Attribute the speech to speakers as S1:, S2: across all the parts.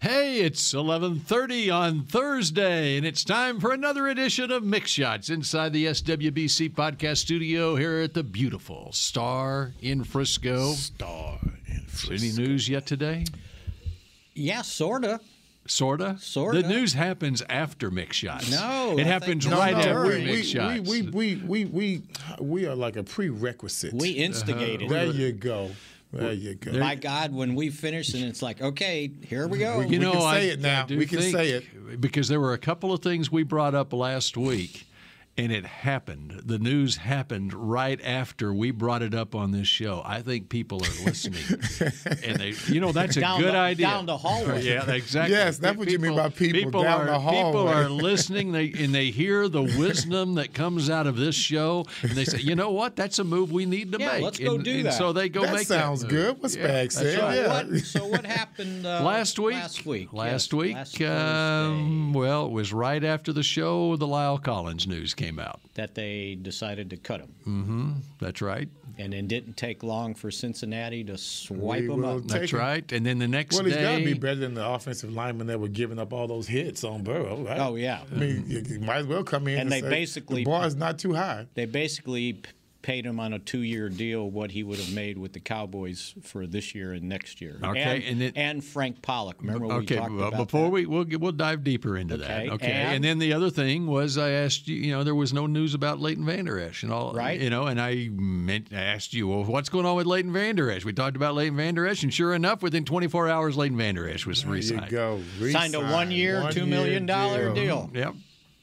S1: Hey, it's 11:30 on Thursday, and it's time for another edition of Mix Shots inside the SWBC podcast studio here at the beautiful Star in Frisco.
S2: Star in
S1: Any news yet today?
S2: Yeah, sorta.
S1: Sorta.
S2: Sorta.
S1: The news happens after Mix Shots.
S2: No,
S1: it
S2: I
S1: happens
S2: think- No,
S1: right
S2: no,
S1: after
S2: we-
S1: Mix
S3: we,
S1: Shots.
S3: we, we, we, we, we are like a prerequisite.
S2: We
S1: Uh-huh.
S2: instigated.
S3: there you go. There you go.
S2: My God, when we finish and it's like, okay, here we go.
S3: We
S1: you know,
S3: can
S1: I-
S3: say it now.
S1: I do
S3: We can
S1: think-
S3: say
S1: because there were a couple of things we brought up last week, and it happened. The news happened right after we brought it up on this show. I think people are listening, and they, you know, that's a
S2: Down
S1: good
S2: the-
S1: idea.
S2: down the hallway.
S1: yeah, exactly.
S3: Yes, that's what you mean by people,
S1: People
S3: down
S1: are
S3: the
S1: people
S3: hallway.
S1: are listening, they and they hear the wisdom that comes out of this show, and they say, you know what, that's a move we need to
S2: Yeah,
S1: make.
S2: let's go
S1: and,
S2: do
S1: and
S2: that.
S1: So they go
S3: that
S1: make
S3: sounds
S1: that move.
S3: good. What Spag said.
S1: right.
S3: Yeah.
S2: What, so what happened uh,
S1: last week.
S2: Last week.
S1: Last
S2: yes,
S1: week.
S2: last
S1: um,
S2: Thursday,
S1: well, it was right after the show. The Lyle Collins news came out.
S2: that they decided to cut him,
S1: Hmm. That's right.
S2: and it didn't take long for Cincinnati to swipe
S3: We
S2: him
S3: will
S2: up.
S3: take
S1: That's
S3: him.
S1: right. And then the next
S3: Well, he's got
S1: day,
S3: to be better than the offensive linemen that were giving up all those hits on Burrow, right?
S2: Oh, yeah.
S3: I mean, you, you might as well come in.
S2: And
S3: And,
S2: they
S3: say,
S2: basically-
S3: the bar is not too high.
S2: They basically p- paid him on a two-year deal what he would have made with the Cowboys for this year and next year.
S1: Okay,
S2: and
S1: and it-
S2: and Frank Pollock. Remember we
S1: okay.
S2: talked
S1: well,
S2: about
S1: before
S2: that?
S1: we we'll get- we'll dive deeper into
S2: Okay,
S1: that. Okay.
S2: and-
S1: And, then the other thing was I asked you. You know, there was no news about Leighton Vander Esch and all.
S2: Right.
S1: You know, and I meant asked you, well, what's going on with Leighton Vander Esch? We talked about Leighton Vander Esch, and sure enough, within 24 hours, Leighton Vander Esch was
S3: There you
S1: resigned.
S3: go.
S2: signed a
S3: Resign.
S2: one-year,
S3: One-year
S2: two million dollar deal.
S1: Yep.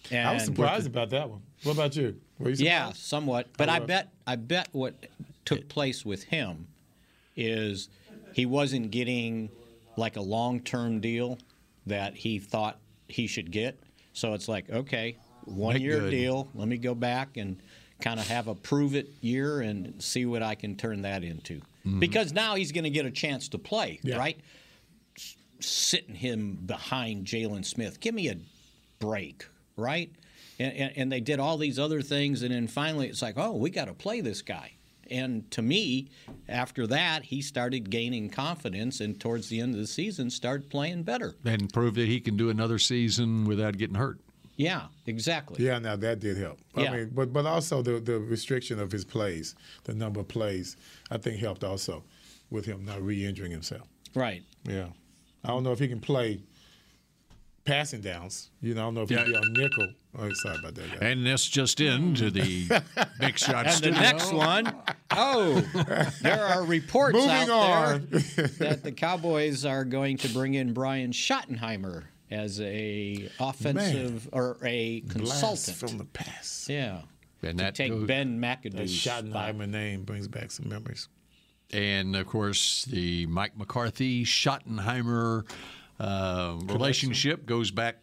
S2: And
S3: I was surprised about that one. What about you? Were you
S2: Yeah,
S3: surprised?
S2: somewhat. But I
S3: was.
S2: bet I bet what took place with him is he wasn't getting like a long-term deal that he thought he should get. So it's like, okay, one-year
S1: good.
S2: deal. Let me go back and kind of have a prove it year and see what I can turn that into. Because now he's going to get a chance to play,
S3: Yeah.
S2: right? S- Sitting him behind Jalen Smith. Give me a break, right? And, and, and they did all these other things, and then finally it's like, oh, we got to play this guy. And to me, after that, he started gaining confidence, and towards the end of the season, started playing better.
S1: And proved that he can do another season without getting hurt.
S2: Yeah, exactly.
S3: Yeah, now that did help.
S2: Yeah.
S3: I mean, but but also the the restriction of his plays, the number of plays, I think helped also with him not re-injuring himself.
S2: Right.
S3: Yeah, I don't know if he can play passing downs. You know, I don't know if
S1: Yeah.
S3: he'd be on nickel. Oh, sorry about that. Guy.
S1: And this just in to the Big Shot
S2: And the
S1: Studio.
S2: next one, oh, there are reports
S3: Moving
S2: out
S3: on.
S2: there that the Cowboys are going to bring in Brian Schottenheimer as a offensive or a
S3: Blast
S2: consultant.
S3: from the past.
S2: yeah.
S1: And
S2: to
S1: that
S2: take
S1: goes-
S2: Ben
S3: That
S2: McAdoo's spot.
S3: Schottenheimer name brings back some memories.
S1: and of course the Mike McCarthy Schottenheimer uh, relationship goes back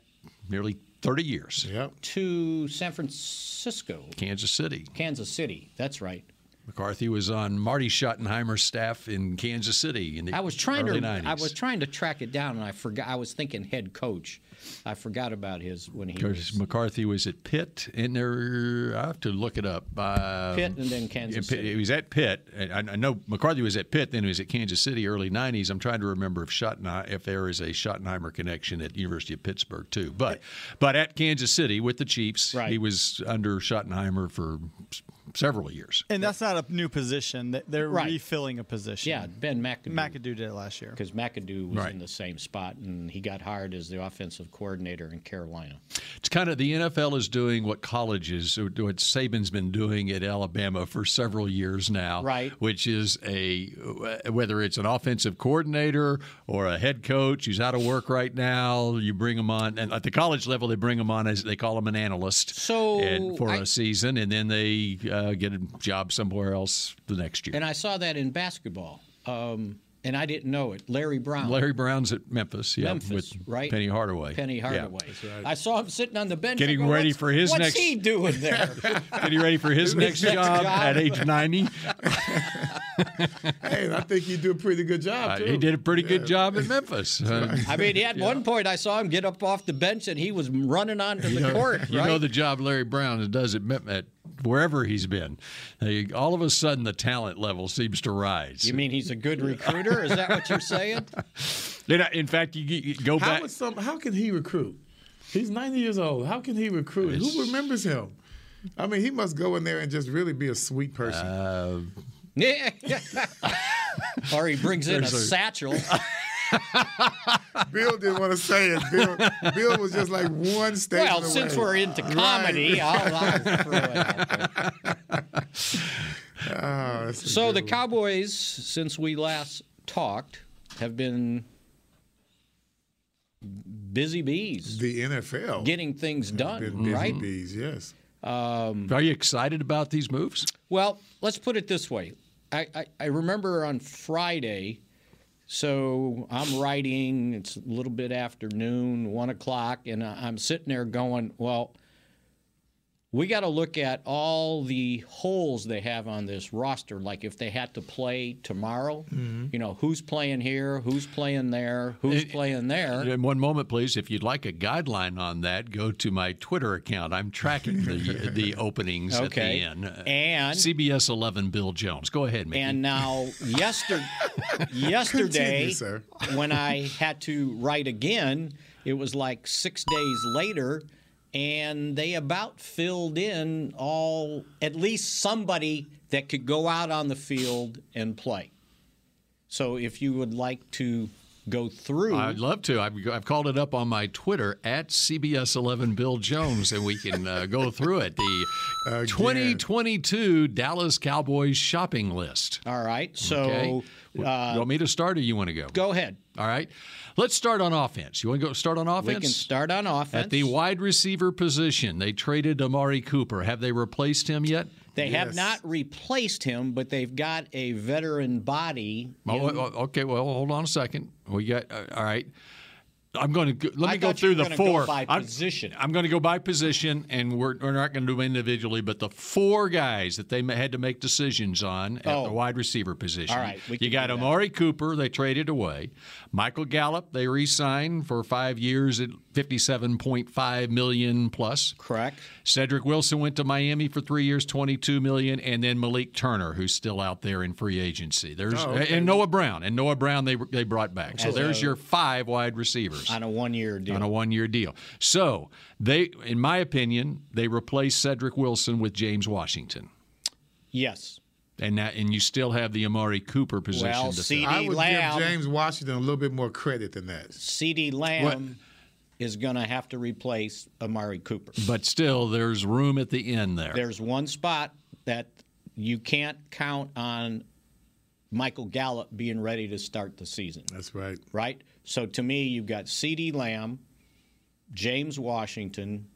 S1: nearly 30 years.
S3: Yep.
S2: to San Francisco,
S1: Kansas City.
S2: Kansas City. That's right.
S1: McCarthy was on Marty Schottenheimer's staff in Kansas City in the
S2: I was trying
S1: early
S2: to
S1: 90s.
S2: I was trying to track it down, and I forgot. I was thinking head coach. I forgot about his when he
S1: Because
S2: was
S1: McCarthy was at Pitt, and there I have to look it up. Um,
S2: Pitt and then Kansas
S1: Pitt- He
S2: City.
S1: was at Pitt. and I I know McCarthy was at Pitt, then he was at Kansas City, early '90s. I'm trying to remember if Schottenheimer, if there is a Schottenheimer connection at University of Pittsburgh too. But but at Kansas City with the Chiefs,
S2: Right.
S1: he was under Schottenheimer for s- several years.
S4: And that's not a new position. Th- They're
S2: Right.
S4: refilling a position.
S2: Yeah, Ben McAdoo.
S4: McAdoo did it last year.
S2: Because McAdoo was
S1: Right.
S2: in the same spot, and he got hired as the offensive coordinator in Carolina.
S1: It's kind of the NFL is doing what colleges, what Saban's been doing at Alabama for several years now,
S2: Right.
S1: Which is a whether it's an offensive coordinator or a head coach who's out of work right now, you bring them on, and at the college level they bring them on as they call them an analyst,
S2: So,
S1: and for
S2: I-
S1: a season, and then they uh, get a job somewhere else the next year.
S2: And I saw that in basketball. Um, and I didn't know it. Larry Brown.
S1: Larry Brown's at Memphis, yeah,
S2: Memphis,
S1: with
S2: right?
S1: Penny Hardaway.
S2: Penny
S1: Yeah.
S2: Hardaway. I saw him sitting on the bench.
S1: Getting
S2: I go,
S1: ready
S2: "What's-
S1: for his
S2: what's
S1: next-
S2: he doing there?
S1: Getting ready for his next
S2: next
S1: job
S2: job.
S1: at age 90.
S3: Hey, and I think you do a pretty good job.
S1: Uh,
S3: Too.
S1: he did a pretty good
S3: Yeah.
S1: job at Memphis. Uh,
S2: I mean, at one point I saw him get up off the bench and he was running onto the court.
S1: You
S2: right?
S1: know the job Larry Brown does at, Mem- at wherever he's been. They, all of a sudden, the talent level seems to rise.
S2: you mean he's a good recruiter? Is that what you're saying?
S1: in, in fact, you, you go
S3: How
S1: back.
S3: would some? How can he recruit? He's 90 years old. How can he recruit? Who remembers him? I mean, he must go in there and just really be a sweet person.
S2: Uh. Yeah. or he brings in a
S1: There's a-
S2: satchel.
S3: Bill didn't want to say it. Bill, Bill was just like one stage.
S2: Well, since we're into comedy, I'll, I'll throw it out there. So the Cowboys, since we last talked, have been busy bees
S3: the NFL
S2: getting things
S3: been
S2: done,
S3: busy
S2: right?
S3: bees. Yes,
S1: Are you excited about these moves?
S2: Well, let's put it this way. I, I, I remember on Friday, so I'm writing, it's a little bit after noon, one o'clock, and I- I'm sitting there going, well, we got to look at all the holes they have on this roster. Like if they had to play tomorrow, you know, who's playing here, who's playing there, who's playing there.
S1: In one moment, please. If you'd like a guideline on that, go to my Twitter account. I'm tracking the the openings
S2: Okay.
S1: at the end.
S2: And-
S1: CBS 11, Bill Jones. Go ahead, Mickey.
S2: And now, yester- yesterday,
S3: Continue, sir.
S2: when I had to write again, it was like six days later, and they about filled in all, at least somebody that could go out on the field and play. So if you would like to go through.
S1: I'd love to. I've, I've called it up on my Twitter at CBS11 Bill Jones, and we can uh, go through it. The 2022 Dallas Cowboys shopping list.
S2: all right. So
S1: Okay. you want me to start, or you want to go?
S2: Uh, go ahead.
S1: All right. Let's start on offense. You want to go start on offense?
S2: We can start on offense.
S1: At the wide receiver position, they traded Amari Cooper. Have they replaced him yet?
S2: they have
S3: Yes.
S2: not replaced him, but they've got a veteran body.
S1: Oh, oh, okay, well, hold on a second. We got uh, all right. I'm going to let me
S2: I
S1: go
S2: thought
S1: through
S2: you were gonna
S1: the
S2: go
S1: four
S2: by
S1: I'm,
S2: position.
S1: I'm going to go by position, and we're, we're not going to do them individually, but the four guys that they ma- had to make decisions on at the
S2: Oh.
S1: wide receiver position.
S2: All right, we
S1: you
S2: can
S1: got
S2: do that.
S1: Amari Cooper. They traded away. Michael Gallup. They re-signed for five years at 57.5 million plus.
S2: Correct.
S1: Cedric Wilson went to Miami for three years, twenty-two million, and then Malik Turner, who's still out there in free agency. There's
S2: Oh,
S1: and Noah Brown, and Noah Brown they they brought back. So there's your five wide receivers
S2: on a one-year deal.
S1: on a one-year deal. So they, in my opinion, they replaced Cedric Wilson with James Washington,
S2: yes.
S1: and that, and you still have the Amari Cooper position.
S2: Well,
S1: to
S2: see,
S1: fill.
S3: I would
S2: Lamb.
S3: give James Washington a little bit more credit than that.
S2: C.D. Lamb is going to have to replace Amari Cooper.
S1: but still, there's room at the end there.
S2: There's one spot that you can't count on Michael Gallup being ready to start the season,
S3: That's right.
S2: right? So to me, you've got C.D. Lamb, James Washington,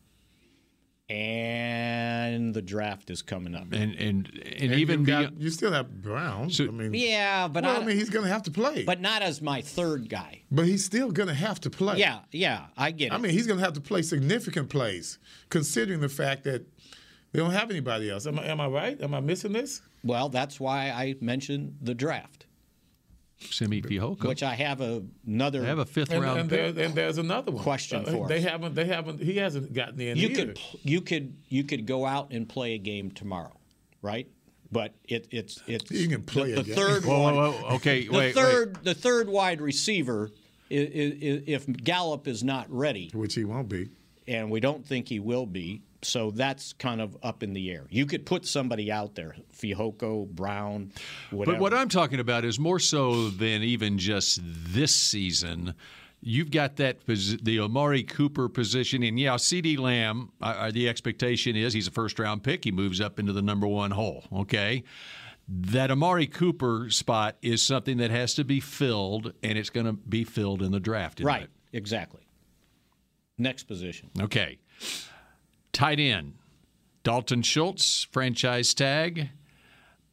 S2: and the draft is coming up.
S1: and and and,
S3: And
S1: even
S3: you've
S1: be,
S3: got, you still have Brown. I mean,
S2: Yeah, but
S3: Well, I
S2: I,
S3: mean, he's going to have to play, but,
S2: but not as my third guy.
S3: he's still going to have to play.
S2: Yeah, yeah, I get it.
S3: I mean, he's going to have to play significant plays, considering the fact that they don't have anybody else. Am I, am I right? Am I missing this?
S2: well, that's why I mentioned the draft,
S1: Simi Fihoko.
S2: which I have a, another.
S1: they have a fifth
S3: And,
S1: round
S3: and,
S1: pick.
S3: there, and there's another one.
S2: Question
S3: Uh,
S2: for us.
S3: they haven't. They haven't. He hasn't gotten in.
S2: you
S3: either.
S2: could pl- you could you could go out and play a game tomorrow, right? But it, it's it's
S3: You can play
S2: the,
S3: a
S2: the
S3: game.
S2: third
S1: Whoa,
S2: one.
S1: whoa, whoa. Okay,
S2: The
S1: wait, wait.
S2: third the third wide receiver, i- i- i- if Gallup is not ready,
S3: which he won't be.
S2: and we don't think he will be, so that's kind of up in the air. You could put somebody out there, Fihoko, Brown, whatever.
S1: But what I'm talking about is more so than even just this season. You've got that posi- the Amari Cooper position, and yeah, C.D. Lamb. Uh, uh, the expectation is he's a first round pick. He moves up into the number one hole. Okay, that Amari Cooper spot is something that has to be filled, and it's going to be filled in the draft. isn't
S2: right,
S1: it?
S2: exactly. Next position.
S1: Okay. Tight end Dalton Schultz, franchise tag.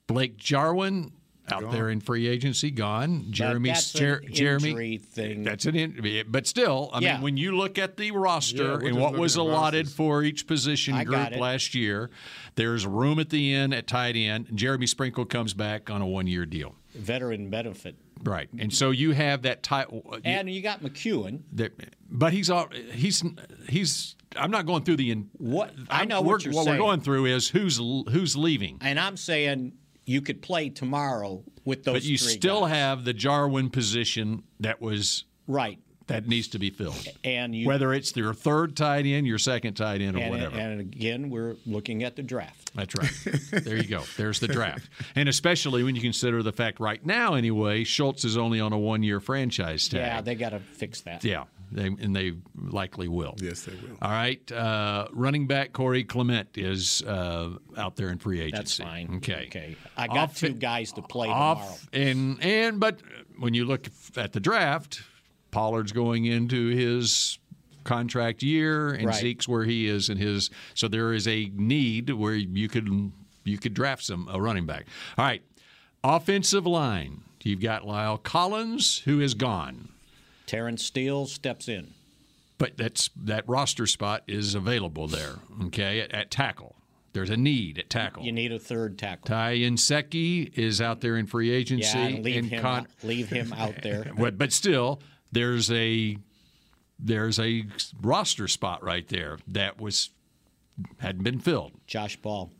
S1: Blake Jarwin, out there in free agency, gone. Jeremy,
S2: that's
S1: Jer-
S2: an
S1: Jeremy,
S2: injury thing.
S1: That's an in, but still, I
S2: Yeah.
S1: mean, when you look at the roster
S3: Yeah, we're
S1: and
S3: just
S1: what
S3: looking
S1: was
S3: at
S1: allotted
S3: rosters.
S1: for each position
S2: I got
S1: group
S2: it.
S1: last year, there's room at the end at tight end. Jeremy Sprinkle comes back on a one-year deal,
S2: veteran benefit.
S1: right? And so you have that tight.
S2: And you got McEwen.
S1: that, but he's all he's he's. I'm not going through the in,
S2: What- I
S1: I'm-
S2: know
S1: we're-
S2: what you're
S1: what we're
S2: saying.
S1: going through is who's l- who's leaving.
S2: And I'm saying you could play tomorrow with those
S1: But you
S2: three
S1: still
S2: guys.
S1: have the Jarwin position that was
S2: Right.
S1: that needs to be filled.
S2: And you
S1: Whether it's your third tight end, your second tight end, or
S2: and,
S1: whatever.
S2: and again we're looking at the draft.
S1: That's right. there you go. There's the draft. And especially when you consider the fact right now, anyway, Schultz is only on a one year franchise tag.
S2: Yeah, they got to fix that.
S1: Yeah, they, and they likely will.
S3: Yes, they will.
S1: All right. Uh, running back Corey Clement is uh, out there in free agency.
S2: That's fine.
S1: Okay.
S2: Okay. I got
S1: Offi-
S2: two guys to play tomorrow.
S1: off and and but when you look at the draft, Pollard's going into his contract year and
S2: Right.
S1: Zeke's where he is in his so there is a need where you could you could draft some a running back. All right. Offensive line. You've got Lyle Collins who is gone.
S2: Terrence Steele steps in.
S1: But that's that roster spot is available there, okay? At, at tackle. There's a need at tackle.
S2: You need a third tackle.
S1: Ty Inseki is out there in free agency
S2: yeah, and leave
S1: and
S2: him
S1: Con-
S2: out- leave him out there.
S1: but but still, there's a there's a roster spot right there that was hadn't been filled.
S2: Josh Ball.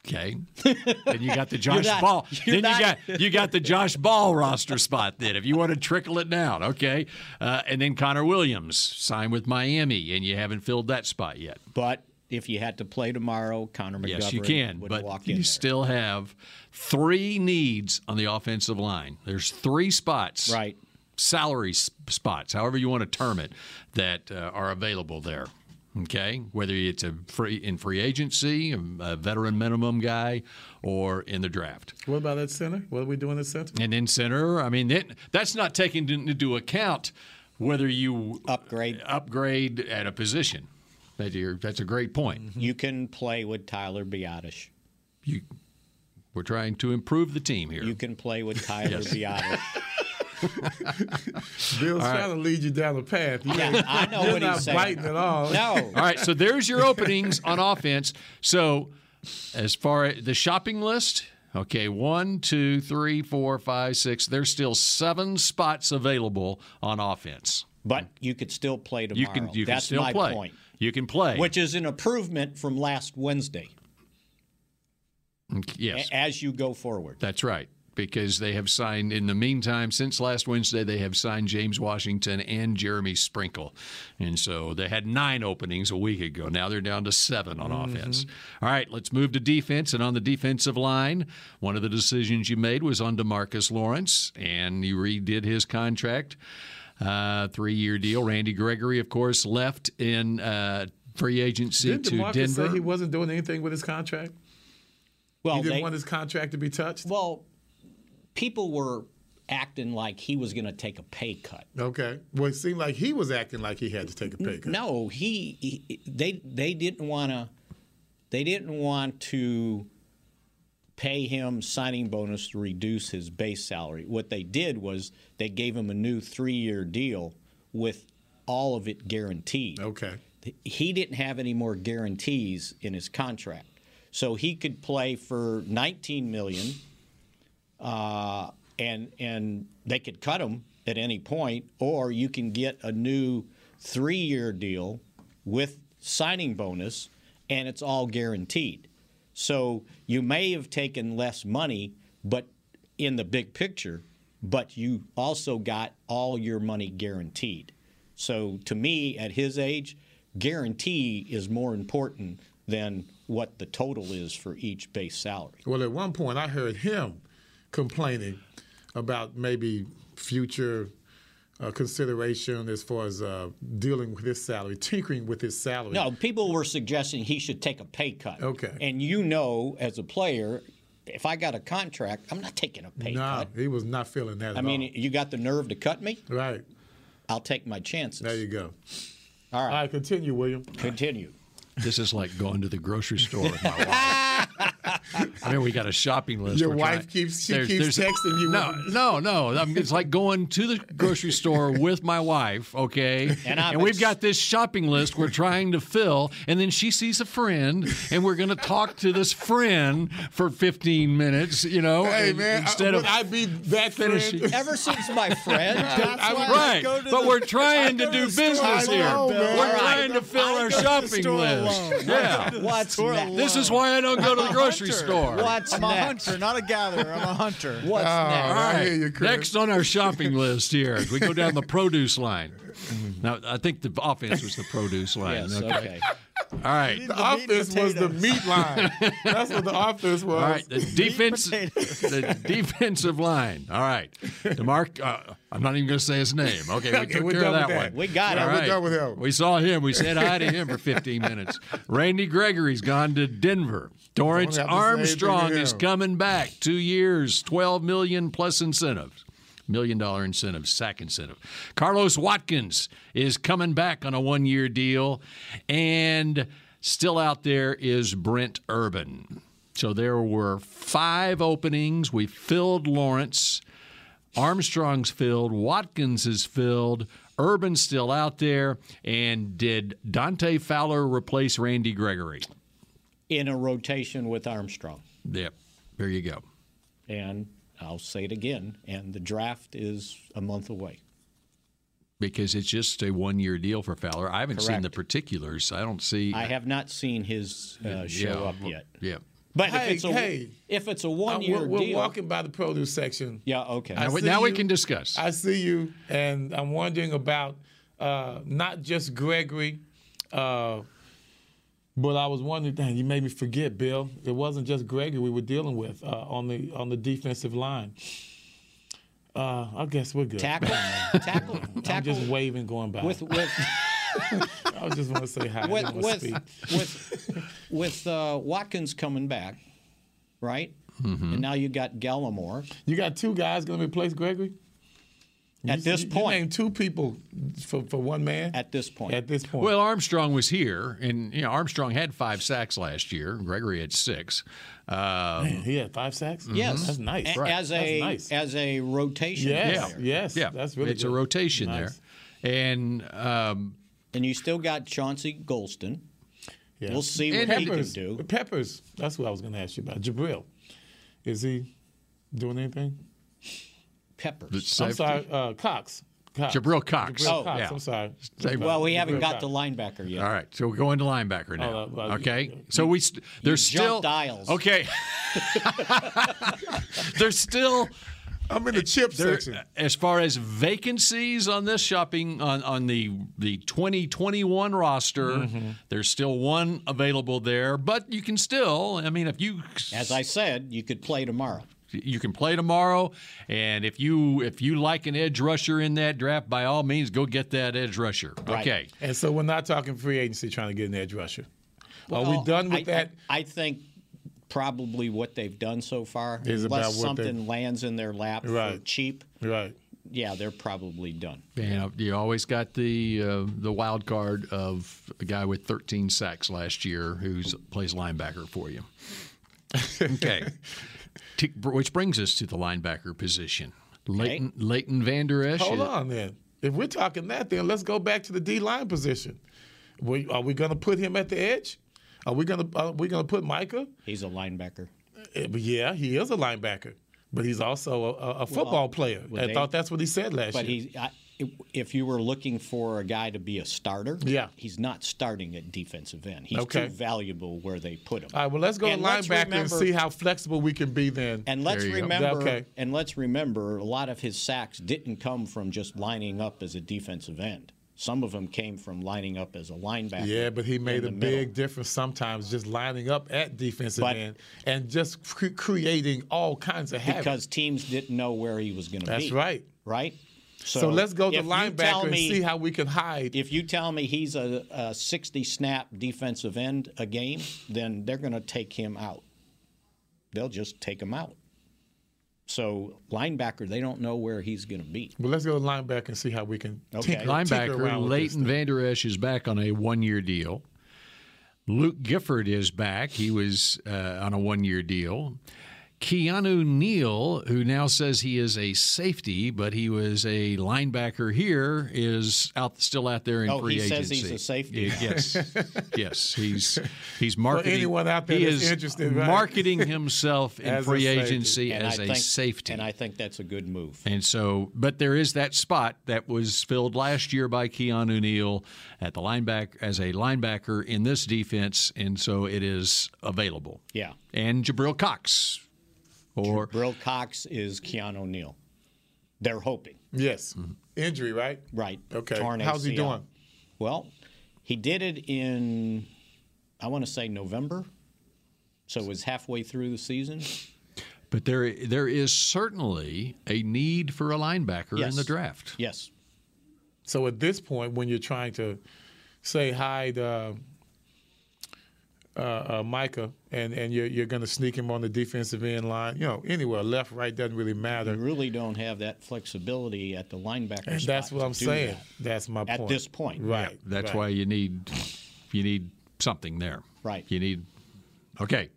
S1: Okay, then you got the Josh
S2: not-
S1: Ball.
S2: you're
S1: Then
S2: not-
S1: you got you got the Josh Ball roster spot. Then, if you want to trickle it down, okay, uh, and then Connor Williams signed with Miami, and you haven't filled that spot yet.
S2: But if you had to play tomorrow, Connor McGovern
S1: Yes, you can,
S2: would
S1: but
S2: walk in
S1: you
S2: there.
S1: still have three needs on the offensive line. There's three spots,
S2: Right.
S1: Salary s- spots, however you want to term it, that uh, are available there. Okay, whether it's a free in free agency, a- a veteran minimum guy, or in the draft,
S3: What about that center? What are we doing at center?
S1: and then center. I mean, that, that's not taking into account whether you Uh,
S2: Upgrade.
S1: um, upgrade at a position. That you're, that's a great point.
S2: you can play with Tyler Biotish.
S1: You, we're trying to improve the team here.
S2: You can play with Tyler Biotish.
S3: Bill's trying to lead you down a path. You
S2: Yeah,
S3: ain't-
S2: I know
S3: you're
S2: what
S3: not
S2: he's saying.
S3: biting at all.
S2: No.
S1: All right, so there's your openings on offense. So, as far as the shopping list, okay, one, two, three, four, five, six. There's still seven spots available on offense.
S2: But you could still play tomorrow.
S1: You can you
S2: That's
S1: can still
S2: my
S1: play.
S2: point.
S1: You can play.
S2: Which is an improvement from last Wednesday
S1: Mm, yes,
S2: a- as you go forward.
S1: that's right. Because they have signed in the meantime since last Wednesday, they have signed James Washington and Jeremy Sprinkle, and so they had nine openings a week ago. Now they're down to seven on
S3: Mm-hmm.
S1: offense. All right, let's move to defense. And on the defensive line, one of the decisions you made was on Demarcus Lawrence, and you redid his contract, uh, three-year deal. Randy Gregory, of course, left in uh, free agency
S3: Didn't
S1: to
S3: DeMarcus
S1: Denver.
S3: say he wasn't doing anything with his contract?
S2: Well,
S3: he didn't
S2: Oh, they-
S3: want his contract to be touched?
S2: well, people were acting like he was going to take a pay cut.
S3: Okay. Well, it seemed like he was acting like he had to take a pay cut.
S2: No, he, he- they they didn't want to they didn't want to pay him signing bonus to reduce his base salary. What they did was they gave him a new 3-year deal with all of it guaranteed.
S3: Okay.
S2: He didn't have any more guarantees in his contract. So he could play for 19 million uh, and and they could cut him at any point, or you can get a new three-year deal with signing bonus, and it's all guaranteed. So you may have taken less money, but in the big picture, but you also got all your money guaranteed. So to me, at his age, guarantee is more important than what the total is for each base salary.
S3: Well, at one point, I heard him complaining about maybe future uh, consideration as far as uh, dealing with his salary, tinkering with his salary.
S2: No, people were suggesting he should take a pay cut.
S3: Okay.
S2: And you know, as a player, if I got a contract, I'm not taking a pay
S3: Nah,
S2: cut.
S3: he was not feeling that.
S2: I
S3: at
S2: mean,
S3: all.
S2: you got the nerve to cut me?
S3: right.
S2: I'll take my chances.
S3: There you go.
S2: All
S3: All
S2: right,
S3: right, continue, William.
S2: continue.
S1: This is like going to the grocery store with my wife. I mean, we got a shopping list.
S3: Your
S1: We're
S3: wife keeps- she keeps texting you.
S1: No, no, no. I'm, it's like going to the grocery store with my wife. Okay,
S2: And I'm
S1: we've
S2: ex-
S1: got this shopping list we're trying to fill, and then she sees a friend, and we're going to talk to this friend for 15 minutes. You know,
S3: Hey
S1: and
S3: man,
S1: instead
S3: I,
S1: of
S3: would I be that
S1: finishing-
S3: friend?
S2: Ever since my friend, that's
S3: I would-
S2: why-
S1: Right,
S4: go to
S1: but
S4: the-
S1: we're trying to
S4: I go
S1: do
S4: to the store
S1: business
S3: alone,
S1: here.
S3: man.
S1: We're
S3: All right.
S1: trying to fill
S4: I go
S1: our
S4: to the
S1: shopping
S4: store
S1: list.
S4: alone.
S1: Yeah,
S2: What's next?
S1: this is why I don't go to the grocery
S4: hunter.
S1: store.
S2: What's
S4: I'm a
S2: next?
S4: hunter, not a gatherer. I'm a hunter.
S2: What's
S3: All
S2: next?
S3: right, I
S1: All
S3: hear
S1: right,
S3: you, Chris.
S1: Next on our shopping list here, as we go down the produce line.
S3: Mm-hmm.
S1: Now, I think the offense was the produce line.
S2: Yes, okay.
S1: All
S4: The
S1: right.
S3: the,
S4: meat and
S3: offense was the
S4: potatoes.
S3: meat line. That's what the offense was.
S1: All right. The defense,
S4: potatoes.
S1: the defensive line. All right. DeMarc, uh, I'm not even going to say his name. Okay, we
S3: Okay,
S1: took
S3: we're
S1: care of
S3: done
S1: that,
S3: with that.
S1: one.
S2: We got
S1: All
S2: it.
S3: We're
S1: right.
S3: done with him.
S1: We saw him. We said hi to him for 15 minutes. Randy Gregory's gone to Denver. Dorrance
S3: Don't have to say anything to
S1: Armstrong is
S3: him.
S1: coming back. Two years, 12 million plus incentives. Million dollar incentive, sack incentive. Carlos Watkins is coming back on a one year deal. And still out there is Brent Urban. So there were five openings. We filled Lawrence. Armstrong's filled, Watkins is filled, Urban's still out there, and did Dante Fowler replace Randy Gregory?
S2: In a rotation with Armstrong.
S1: Yep, there you go.
S2: And I'll say it again, and the draft is a month away.
S1: Because it's just a one-year deal for Fowler. I haven't seen
S2: Correct.
S1: the particulars. I don't see.
S2: I have not seen his uh, show
S1: yeah,
S2: up yet.
S1: Yeah.
S2: But
S3: Hey,
S2: if it's a
S3: hey.
S2: if it's a
S3: Uh,
S2: one year
S3: we're we're
S2: deal,
S3: walking by the produce section.
S2: yeah, okay.
S3: I
S1: Now, we-
S3: see
S1: now we
S3: you.
S1: can discuss.
S3: I see you, and I'm wondering about uh, not just Gregory, uh, but I was wondering. Dang, you made me forget, Bill. It wasn't just Gregory we were dealing with uh, on the on the defensive line. Uh, I guess we're good.
S2: tackle, tackle,
S3: I'm
S2: tackle
S3: just waving going by.
S2: with with.
S3: I just want to say hi. I
S2: with
S3: didn't wanna
S2: with
S3: speak.
S2: with, with uh, Watkins coming back, right?
S3: Mm-hmm.
S2: And now you got Gallimore.
S3: You got two guys going to replace Gregory.
S2: At this
S3: you, you
S2: point,
S3: named two people for, for one man.
S2: at this point,
S3: At this point.
S1: Well, Armstrong was here, and you know Armstrong had five sacks last year. Gregory had six. Uh,
S3: Man, he had five sacks. Mm-hmm.
S2: yes,
S3: that's nice.
S2: A- As
S3: That's
S2: a
S3: nice.
S2: as a rotation
S3: yes,
S2: player,
S3: yes,
S1: yeah,
S3: that's really
S1: it's a
S3: good.
S1: rotation
S3: Nice.
S1: there, and um,
S2: and you still got Chauncey Golston.
S3: Yeah.
S2: We'll see what
S1: And
S2: he can
S3: Peppers,
S2: do.
S3: Peppers. That's what I was going to ask you about. Jabril, is he doing anything?
S2: Peppers.
S1: safety.
S3: I'm sorry, uh, Cox. Cox.
S1: Jabril Cox.
S3: Jabril
S2: Oh,
S3: Cox.
S1: yeah.
S3: I'm sorry.
S1: Safety.
S2: Well, we haven't
S3: Jabril
S2: got
S3: Cox.
S2: the linebacker yet.
S1: All right, so we're going to linebacker now.
S3: Oh, well, you-
S1: okay, so we st- there's
S2: jumped
S1: still
S2: aisles.
S1: Okay, there's still
S3: I'm in the chip
S1: there,
S3: section.
S1: as far as vacancies on this shopping on on the the 2021 roster.
S3: Mm-hmm.
S1: There's still one available there, but you can still. I mean, if you
S2: As I said, you could play tomorrow.
S1: you can play tomorrow, and if you if you like an edge rusher in that draft, by all means, go get that edge rusher.
S2: Right.
S1: Okay.
S3: And so we're not talking free agency trying to get an edge rusher. Are
S2: Well,
S3: we done with
S2: Oh, I-
S3: that?
S2: I, I think probably what they've done so far,
S3: Is about
S2: unless
S3: what they-
S2: something lands in their lap for
S3: Right.
S2: cheap,
S3: right.
S2: yeah, they're probably done.
S1: And you always got the uh, the wild card of a guy with 13 sacks last year who plays linebacker for you. Okay, T- which brings us to the linebacker position. Leighton, Leighton Vander Esch.
S3: Hold on, then. If we're talking that, then let's go back to the D line position. We, are we going to put him at the edge? Are we going to are we going to put Micah?
S2: He's a linebacker.
S3: Eh, but yeah, he is a linebacker, but he's also a, a- a football player. I
S2: they-
S3: thought that's what he said last
S2: But
S3: year.
S2: he, I, if you were looking for a guy to be a starter,
S3: Yeah.
S2: he's not starting at defensive end. He's too
S3: Okay.
S2: valuable where they put him.
S3: All right, well, let's go to
S2: And let's
S3: linebacker and
S2: remember-
S3: see how flexible we can be then.
S2: and let's
S1: There you go.
S2: remember,
S3: Okay.
S2: and let's remember, a lot of his sacks didn't come from just lining up as a defensive end. Some of them came from lining up as a linebacker.
S3: yeah, but he
S2: in
S3: made a
S2: the middle.
S3: big difference sometimes just lining up at defensive
S2: But-
S3: end and just cre- creating all kinds of havoc.
S2: because teams didn't know where he was going to be.
S3: That's right.
S2: Right.
S3: so, let's go to
S2: if you tell
S3: linebacker and
S2: me-
S3: see how we can hide.
S2: If you tell me he's a, a 60 snap defensive end a game, then they're going to take him out. They'll just take him out. So linebacker, they don't know where he's going to be.
S3: Well, let's go to linebacker and see how we can
S2: Okay.
S3: tinker, tinker
S1: linebacker
S3: around with this
S1: Leighton
S3: thing.
S1: Vander Esch is back on a one-year deal. Luke Gifford is back. He was uh, on a one year deal. Keanu Neal, who now says he is a safety, but he was a linebacker here, is out still out there in
S2: Oh,
S1: free
S2: he
S1: agency.
S2: says he's a safety
S1: Y- Yes, yes, he's he's marketing.
S3: anyone out there
S1: he
S3: that's
S1: is
S3: interested, right?
S1: marketing himself in
S3: As a
S1: free
S3: safety.
S1: agency as a
S2: think,
S1: safety.
S2: And I think that's a good move.
S1: And so, but there is that spot that was filled last year by Keanu Neal at the linebacker as a linebacker in this defense, and so it is available.
S2: Yeah.
S1: And Jabril Cox, or
S2: Brill Cox is Keanu Neal. They're hoping,
S3: Yes. Injury, right?
S2: right?
S3: Okay.
S2: Torn
S3: How's he
S2: ACL.
S3: doing?
S2: Well, he did it in, I want to say November, so it was halfway through the season.
S1: but there there is certainly a need for a linebacker in
S2: Yes.
S1: the draft.
S2: Yes,
S3: So at this point, when you're trying to say hide uh, uh, uh, Micah, and and you're you're going to sneak him on the defensive end line, you know, anywhere left, right doesn't really matter.
S2: you really don't have that flexibility at the linebacker.
S3: And that's
S2: spot
S3: what
S2: to
S3: I'm
S2: do
S3: saying.
S2: that.
S3: That's my
S2: At
S3: point.
S2: this point.
S3: right?
S1: That's
S3: right.
S1: why you need you need something there.
S2: Right.
S1: You need okay.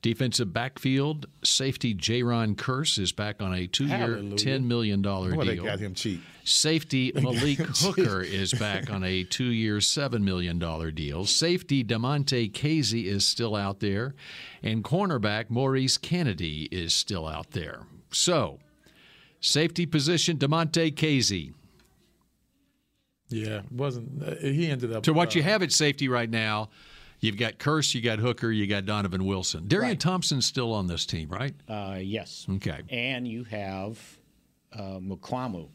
S1: Defensive backfield safety Jaron Curse is back on a two-year,
S3: Hallelujah.
S1: ten million dollar deal.
S3: Well, they got him cheap.
S1: Safety Malik Hooker is back on a two year, $7 million deal. Safety Damonte Casey is still out there. And cornerback Maurice Kennedy is still out there. So, safety position Damonte Casey.
S3: Yeah, wasn't uh, he ended up
S1: To what you have at safety right now, you've got Curse, you got Hooker, you got Donovan Wilson. Darian Thompson's still on this team, right?
S2: Uh, yes.
S1: Okay.
S2: And you have uh, Mukwamu,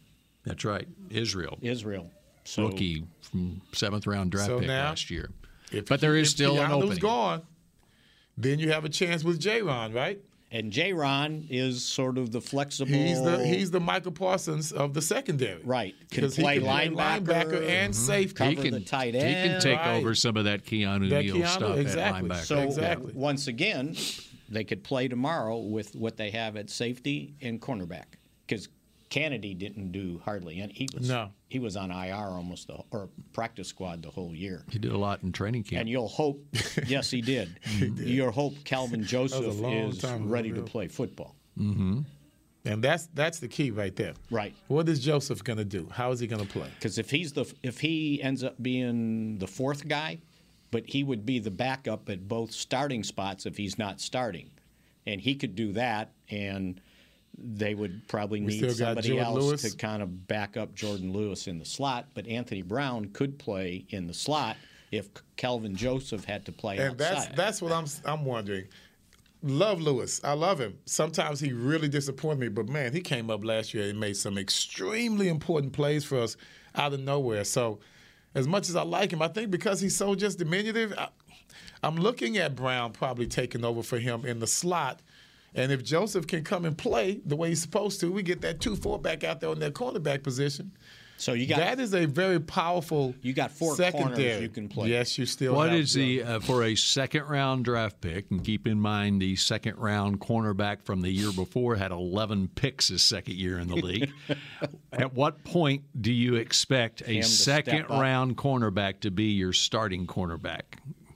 S1: That's right. Israel.
S2: Israel. So
S1: Rookie from seventh round draft
S3: So
S1: pick
S3: now,
S1: last year.
S3: If
S1: But there is
S3: if
S1: still an
S3: Keanu's
S1: opening.
S3: gone, then you have a chance with Jaron, right?
S2: And Jaron is sort of the flexible.
S3: He's the he's the Michael Parsons of the secondary,
S2: Oh. Right. Can
S3: 'Cause he
S2: play
S3: can
S2: linebacker.
S1: Mm-hmm.
S3: and safety.
S2: Cover the tight
S1: he can
S2: end,
S1: take
S3: right.
S1: over some of that Keanu
S3: That
S1: Neal
S3: Keanu,
S1: stuff
S3: exactly.
S1: at linebacker.
S2: So
S3: Exactly.
S2: once again, they could play tomorrow with what they have at safety and cornerback because Kennedy didn't do hardly any. He was
S3: No.
S2: he was on IR almost the, or practice squad the whole year.
S1: he did a lot in training camp.
S2: And you'll hope, yes, he did. You'll hope Calvin Joseph
S3: long
S2: is
S3: time ago,
S2: ready to
S3: yeah.
S2: play football.
S3: And that's that's the key right there.
S2: Right.
S3: What is Joseph going to do? How is he going to play?
S2: Because if he's the if he ends up being the fourth guy, but he would be the backup at both starting spots if he's not starting, and he could do that, and they would probably need
S3: still got
S2: somebody
S3: Jordan
S2: else
S3: Lewis.
S2: to kind of back up Jordan Lewis in the slot. But Anthony Brown could play in the slot if Calvin Joseph had to play
S3: And that's
S2: outside.
S3: that's what I'm I'm wondering. Love Lewis. I love him. Sometimes he really disappointed me, but man, he came up last year and made some extremely important plays for us out of nowhere. So, as much as I like him, I think because he's so just diminutive, I, I'm looking at Brown probably taking over for him in the slot. And if Joseph can come and play the way he's supposed to, we get that 2 4 back out there on that cornerback position.
S2: so you got
S3: that is a very powerful.
S2: You got four corners
S3: secondary.
S2: you can play.
S3: Yes, you still.
S1: What
S3: have
S1: is the uh, for a second round draft pick? And keep in mind the second round cornerback from the year before had 11 picks his second year in the league. At what point do you expect a
S2: to step
S1: second
S2: up.
S1: round cornerback to be your starting cornerback?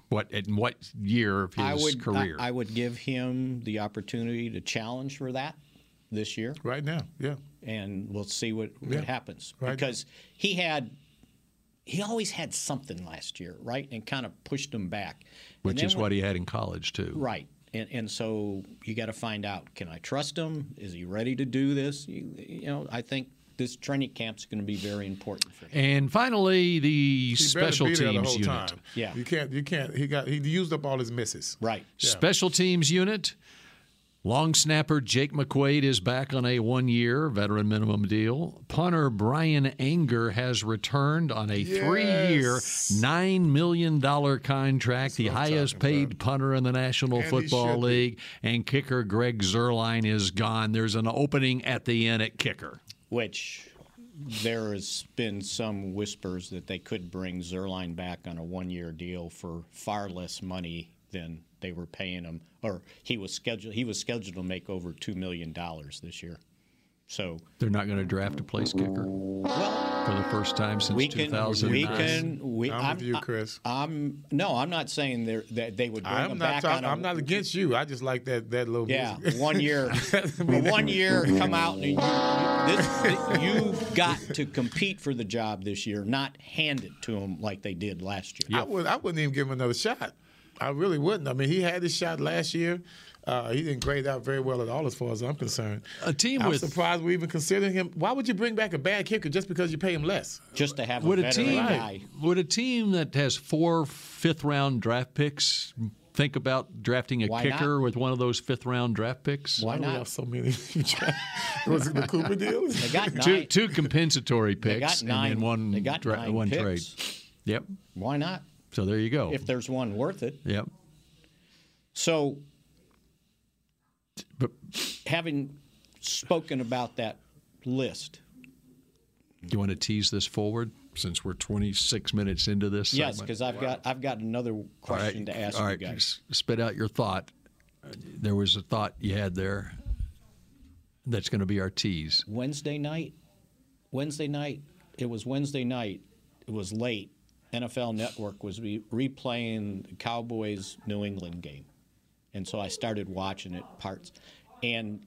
S1: What in what year of his
S2: I would
S1: career?
S2: I, I would give him the opportunity to challenge for that this year.
S3: right now? Yeah.
S2: and we'll see what, what
S3: Yeah,
S2: happens.
S3: right.
S2: Because he had, he always had something last year, right? And kind of pushed him back.
S1: which is
S2: what
S1: what he had in college too.
S2: Right. And, and so you got to find out can I trust him? Is he ready to do this? You, you know, I think this training camp's going to be very important for him.
S1: And finally, the
S3: He better
S1: special
S3: be there the
S1: teams
S3: whole
S1: unit.
S3: time.
S2: Yeah.
S3: You can't. You can't. He got. He used up all his misses.
S2: Right.
S1: Special teams unit. Long snapper Jake McQuaid is back on a one year veteran minimum deal. Punter Brian Anger has returned on a three year, $9 million contract, the highest paid punter in the National
S3: he
S1: Football
S3: should be.
S1: League. And kicker Greg Zerline is gone. There's an opening at the end at kicker.
S2: Which there has been some whispers that they could bring Zerline back on a one year deal for far less money than they were paying him or he was scheduled he was scheduled to make over two million dollars this year. So
S1: They're not going to draft a place kicker.
S2: well
S1: for the first time since
S2: We can,
S1: 2009.
S2: we can, we.
S3: I'm with you, Chris.
S2: I, am no, I'm not saying they're, that they would bring
S3: I'm
S2: them
S3: not.
S2: back on.
S3: Talking,
S2: a-
S3: I'm not against you. I just like that that little.
S2: Yeah,
S3: music.
S2: one year, one year, come out and you, this, you've got to compete for the job this year, not hand it to them like they did last year.
S3: I would. I wouldn't even give him another shot. I really wouldn't. I mean, he had his shot last year. Uh, he didn't grade out very well at all, as far as I'm concerned.
S1: A team
S3: I'm
S1: with-
S3: surprised we even considering him. Why would you bring back a bad kicker just because you pay him less?
S2: Just to have a
S1: would a
S2: veteran
S1: team
S2: guy.
S1: would a team that has four fifth round draft picks think about drafting a
S2: Why not?
S1: kicker with one of those fifth round draft picks?
S2: Why
S3: We have
S2: not?
S3: so many. was it the Cooper deal?
S2: They got nine.
S1: Two two compensatory
S2: they got
S1: picks
S2: nine.
S1: and then one
S2: they got
S1: dra-
S2: nine
S1: one
S2: picks.
S1: trade. Yep.
S2: Why not?
S1: So there you go.
S2: If there's one worth it.
S1: yep.
S2: So,
S1: But
S2: having spoken about that list,
S1: do you want to tease this forward since we're 26 minutes into this?
S2: yes,
S1: segment?
S2: because I've got I've got another
S1: All right,
S2: question to ask
S1: all
S2: you
S1: right,
S2: guys.
S1: s- Spit out your thought. There was a thought you had there. That's going to be our tease.
S2: Wednesday night. Wednesday night. It was Wednesday night. It was late. NFL Network was re- replaying the Cowboys New England game, and so I started watching it parts. And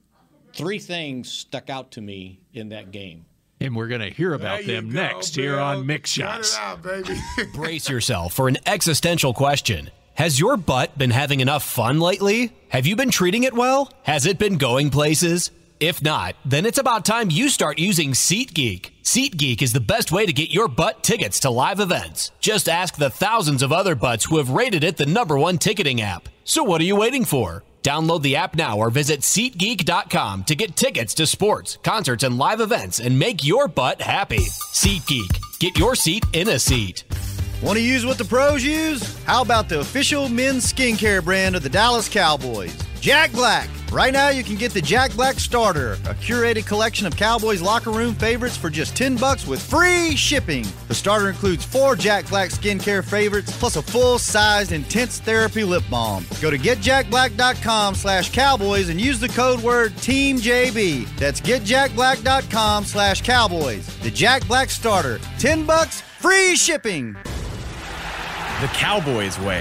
S2: three things stuck out to me in that game.
S1: And we're going to hear about them next here on Mix Shots.
S3: baby.
S5: Brace yourself for an existential question. Has your butt been having enough fun lately? Have you been treating it well? Has it been going places? If not, then it's about time you start using SeatGeek. SeatGeek is the best way to get your butt tickets to live events. Just ask the thousands of other butts who have rated it the number one ticketing app. So what are you waiting for? Download the app now or visit SeatGeek.com to get tickets to sports, concerts, and live events and make your butt happy. SeatGeek. Get your seat in a seat.
S4: Want to use what the pros use? How about the official men's skincare brand of the Dallas Cowboys, Jack Black? Right now, you can get the Jack Black Starter, a curated collection of Cowboys locker room favorites for just 10 bucks with free shipping. The starter includes four Jack Black skincare favorites plus a full-sized intense therapy lip balm. Go to getjackblack.com slash cowboys and use the code word TEAMJB. That's getjackblack.com slash cowboys. The Jack Black Starter, 10 bucks, free shipping.
S6: The Cowboys Way,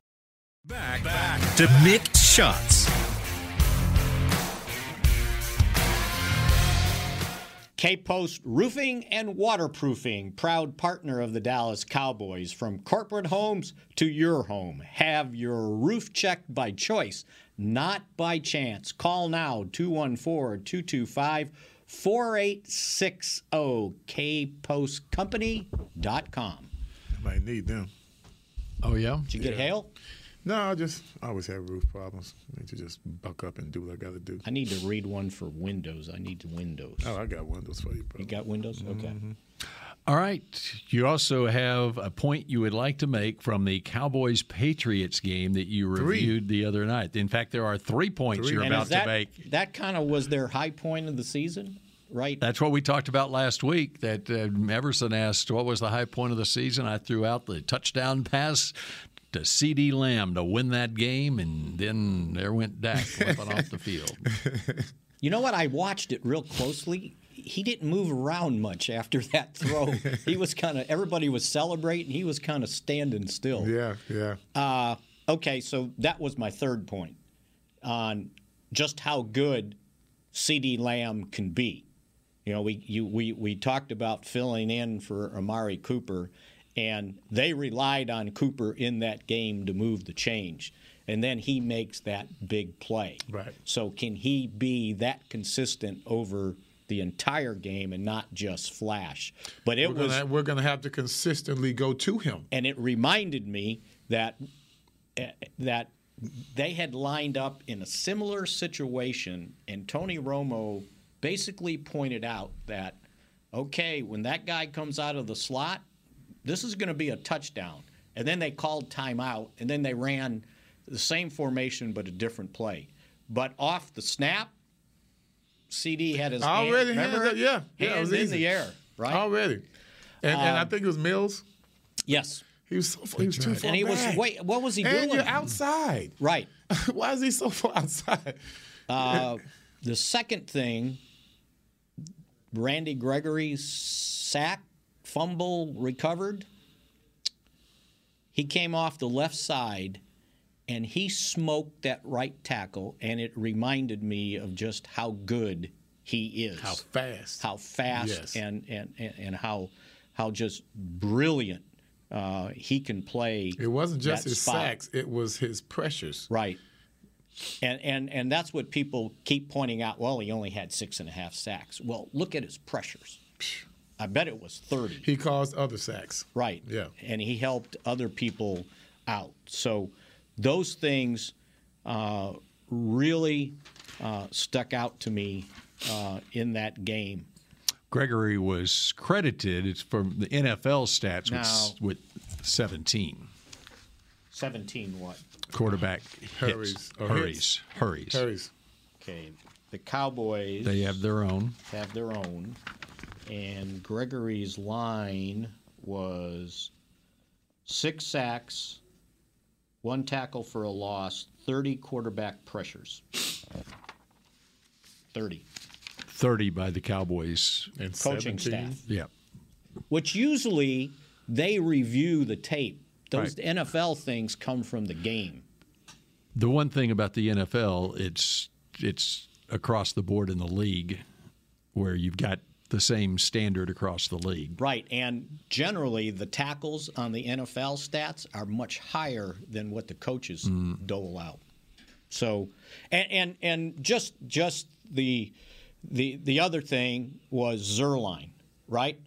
S7: Back, back to Mix Shots.
S2: K Post Roofing and Waterproofing, proud partner of the Dallas Cowboys. From corporate homes to your home, have your roof checked by choice, not by chance. Call now 214 225 4860 kpostcompany.com.
S3: Might need them.
S1: Oh, yeah?
S2: Did you get Hale?
S3: No, I just I always have roof problems. I need to just buck up and do what I got to do.
S2: I need to read one for Windows. I need Windows.
S3: Oh, I got windows for you, bro.
S2: You got Windows? Okay.
S1: Mm-hmm. All right. You also have a point you would like to make from the Cowboys Patriots game that you reviewed the other night. In fact, there are three points you you're
S2: And
S1: about
S2: is that,
S1: to make.
S2: that kind of was their high point of the season, right?
S1: That's what we talked about last week. That uh, Everson asked, "What was the high point of the season?" I threw out the touchdown pass to C.D. Lamb to win that game, and then there went Dak limping off the field.
S2: You know what? I watched it real closely. He didn't move around much after that throw. he was kind of everybody was celebrating. He was kind of standing still.
S3: Yeah, yeah.
S2: Okay, so that was my third point on just how good CD Lamb can be. You know, we you, we we talked about filling in for Amari Cooper, And they relied on Cooper in that game to move the change. And then he makes that big play.
S3: Right.
S2: So can he be that consistent over the entire game and not just flash? But it
S3: we're
S2: was
S3: gonna, we're gonna have to consistently go to him.
S2: and it reminded me that eh, that they had lined up in a similar situation, and Tony Romo basically pointed out that okay, when that guy comes out of the slot, this is going to be a touchdown. And then they called timeout, and then they ran the same formation but a different play. But off the snap, CD had his hand-
S3: Already, hands
S2: remember?
S3: up, yeah, yeah, it
S2: hands
S3: was
S2: in
S3: easy.
S2: the air, right?
S3: Already, and, and I
S2: Um,
S3: think it was Mills.
S2: Yes,
S3: he was so he was too far
S2: and he
S3: back.
S2: was wait. What was he
S3: and
S2: doing?
S3: you're outside.
S2: Right.
S3: Why is he so far outside?
S2: Uh, the second thing, Randy Gregory's sack, fumble recovered. He came off the left side and he smoked that right tackle, and it reminded me of just how good he is. How
S3: fast.
S2: How fast
S3: Yes.
S2: and, and, and, and how how just brilliant uh, he can play.
S3: It wasn't just
S2: that
S3: his
S2: spot.
S3: sacks; it was his pressures.
S2: Right. And, and and that's what people keep pointing out. Well, he only had six and a half sacks. Well, look at his pressures. I bet it was thirty.
S3: He caused other sacks.
S2: Right.
S3: Yeah.
S2: And he helped other people out. So those things uh, really uh, stuck out to me uh, in that game.
S1: Gregory was credited it's from the NFL stats with, s-
S2: No.
S1: with 17
S2: Seventeen what?
S1: quarterback
S2: Hurries
S1: hits,
S2: or
S1: hurries,
S2: hits.
S1: hurries.
S3: Hurries.
S2: Okay. The Cowboys.
S1: They have their own.
S2: have their own. And Gregory's line was six sacks, one tackle for a loss, 30 quarterback pressures. 30.
S1: 30 by the Cowboys and
S2: Coaching 17. staff.
S1: Yeah.
S2: Which usually they review the tape. Those
S1: Right.
S2: NFL things come from the game.
S1: The one thing about the NFL, it's it's across the board in the league where you've got the same standard across the league.
S2: Right. And generally, the tackles on the NFL stats are much higher than what the coaches dole out. So, and and, and just just the the the other thing was Zerline, right?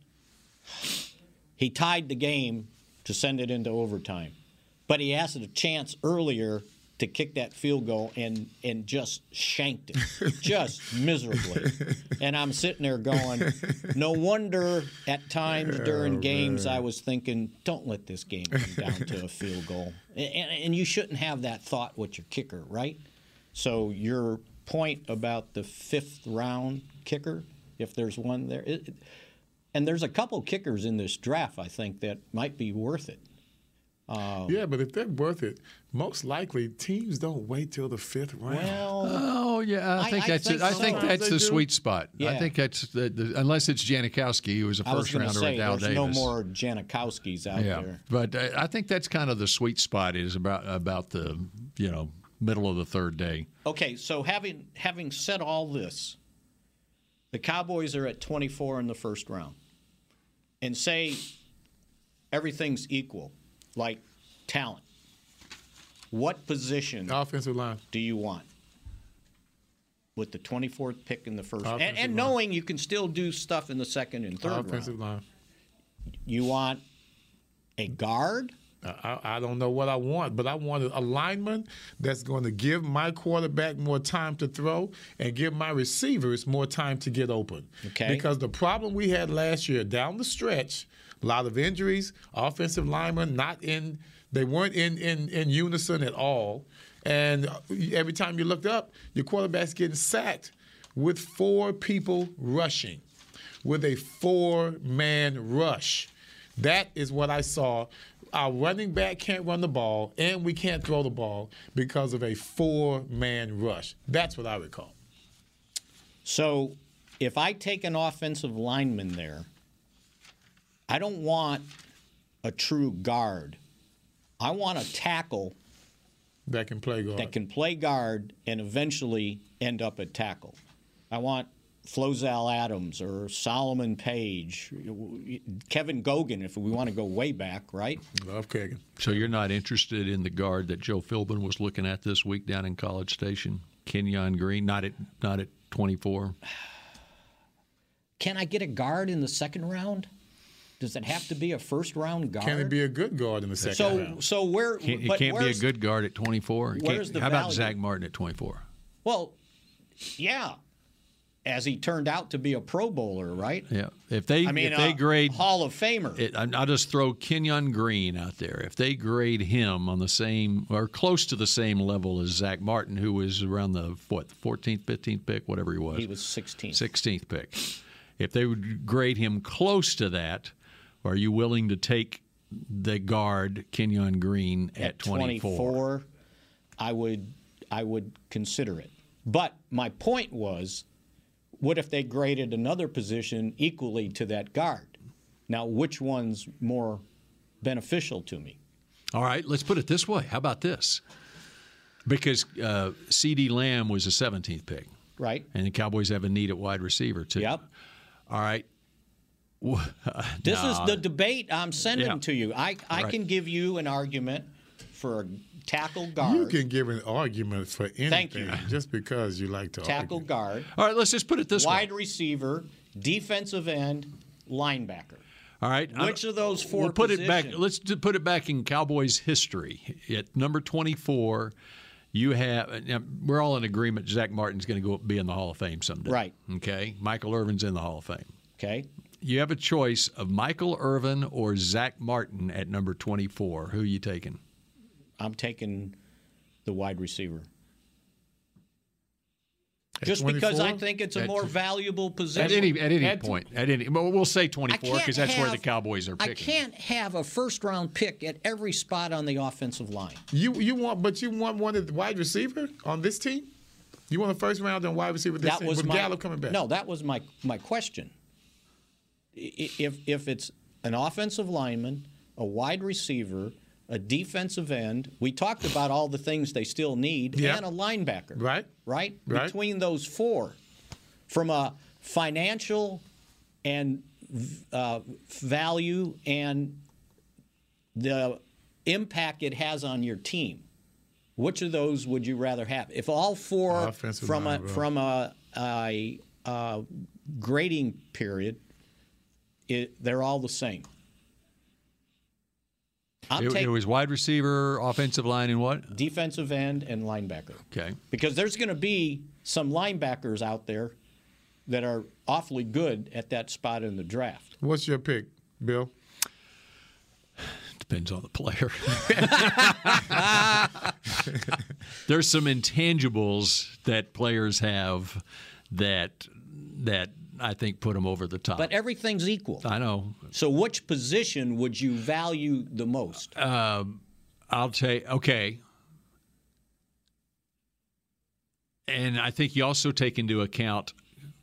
S2: He tied the game to send it into overtime, but he asked a chance earlier to kick that field goal and and just shanked it, just miserably. And I'm sitting there going, no wonder at times during games I was thinking, don't let this game come down to a field goal, and, and, and you shouldn't have that thought with your kicker, right? So your point about the fifth round kicker, if there's one there, it, it- and there's a couple kickers in this draft, I think that might be worth it. Uh,
S3: Yeah, but if they're worth it, most likely teams don't wait till the fifth round.
S2: Well,
S1: Oh yeah, I think that's it. I think
S3: sometimes
S1: that's
S3: they
S1: the
S3: do.
S1: sweet spot. I
S2: Yeah.
S1: think that's the, the, unless it's Janikowski who was a
S2: I was
S1: first
S2: going to
S1: rounder
S2: say
S1: with Al
S2: there's
S1: Davis.
S2: no more Janikowskis out
S1: yeah,
S2: there.
S1: but uh, I I think that's kind of the sweet spot is about about the you know middle of the third day.
S2: Okay, so having having said all this, the Cowboys are at 24 in the first round, and say everything's equal, like talent. What position
S1: Uh,
S3: Offensive line.
S2: do you want with the 24th pick in the first? And,
S3: Offensive
S2: and
S3: line.
S2: knowing you can still do stuff in the second and third
S3: Offensive
S2: round,
S3: line.
S2: you want a guard.
S3: I, I don't know what I want, but I want a lineman that's going to give my quarterback more time to throw and give my receivers more time to get open.
S2: Okay.
S3: Because the problem we had last year down the stretch, a lot of injuries, offensive linemen not in, they weren't in in, in unison at all, and uh, every time you looked up, your quarterback's getting sacked with four people rushing with a four man rush. That is what I saw. Our running back can't run the ball, and we can't throw the ball because of a four man rush. That's what I recall.
S2: So if I take an offensive lineman there, I don't want a true guard. I want a tackle
S3: That can play guard.
S2: that can play guard and eventually end up at tackle. I want Flozell Adams or Solomon Page, Kevin Gogan, if we want to go way back, right?
S3: Love Kagan.
S1: So you're not interested in the guard that Joe Philbin was looking at this week down in College Station, Kenyon Green? Not at not at 24.
S2: Can I get a guard in the second round? Does it have to be a first round guard?
S3: Can it be a good guard in the second
S2: so,
S3: round?
S2: So where?
S1: Can't, it
S2: but
S1: can't be a
S2: where's-
S1: good guard at 24. It can't-
S2: where's the
S1: how about
S2: value?
S1: Zach Martin at 24?
S2: Well, yeah. As he turned out to be a Pro Bowler, right?
S1: Yeah. If they
S2: I mean,
S1: if they
S2: a
S1: grade
S2: Hall of Famer.
S1: it, I- I'll just throw Kenyon Green out there. If they grade him on the same or close to the same level as Zach Martin, who was around the what, 14th, 15th pick, whatever he was.
S2: He was 16th.
S1: 16th pick. If they would grade him close to that, are you willing to take the guard Kenyon Green at, 24?
S2: 24, I would I would consider it. But my point was, what if they graded another position equally to that guard? Now, which one's more beneficial to me?
S1: All right, let's put it this way. How about this? Because uh, C.D. Lamb was a 17th pick.
S2: Right.
S1: And the Cowboys have a need at wide receiver, too. Yep. All right.
S2: This
S1: Nah.
S2: is the debate I'm sending
S1: Yeah.
S2: to you. I, I
S1: Right.
S2: can give you an argument for a tackle guard.
S3: You can give an argument for anything
S2: Thank you.
S3: just because you like to
S2: tackle
S3: argue.
S2: guard.
S1: All right, let's just put it this way.
S2: wide receiver, defensive end, linebacker.
S1: All right. I
S2: Which
S1: don't-
S2: of those four
S1: We'll put it back.
S2: positions?
S1: Let's d- put it back in Cowboys history. At number twenty-four, you have. uh, Now, we're all in agreement. Zach Martin's going to go be in the Hall of Fame someday.
S2: Right.
S1: Okay. Michael Irvin's in the Hall of Fame.
S2: Okay.
S1: You have a choice of Michael Irvin or Zach Martin at number twenty-four. Who are you taking?
S2: I'm taking the wide receiver.
S1: At
S2: Just because I
S1: 24?
S2: think it's a
S1: At-
S2: more valuable position.
S1: At any at any point, at any. Well, we'll say
S2: I
S1: twenty-four
S2: can't
S1: because that's where
S2: have-
S1: the Cowboys are
S2: I
S1: picking.
S2: can't have a first round pick at every spot on the offensive line.
S3: You you want, but you want one at the wide receiver on this team. You want a first round on wide receiver. This
S2: that
S3: team,
S2: was
S3: with
S2: my
S3: Gallup coming back.
S2: No, that was my my question. I- i- If if it's an offensive lineman, a wide receiver, a defensive end, we talked about all the things they still need,
S3: Yeah.
S2: and a linebacker,
S3: Right.
S2: right?
S3: Right.
S2: Between those four, from a financial and v- uh, value and the impact it has on your team. Which of those would you rather have? If all four
S3: Offensive
S2: from
S3: line,
S2: a
S3: bro.
S2: from a, a, uh grading period, it, they're all the same. I'm
S1: It, it
S2: taking
S1: was wide receiver, offensive line, and what?
S2: defensive end and linebacker
S1: Okay.
S2: because there's going to be some linebackers out there that are awfully good at that spot in the draft.
S3: What's your pick, Bill?
S1: Depends on the player. There's some intangibles that players have that that I think put them over the top.
S2: But everything's equal.
S1: I know.
S2: So which position would you value the most?
S1: I'll take okay. And I think you also take into account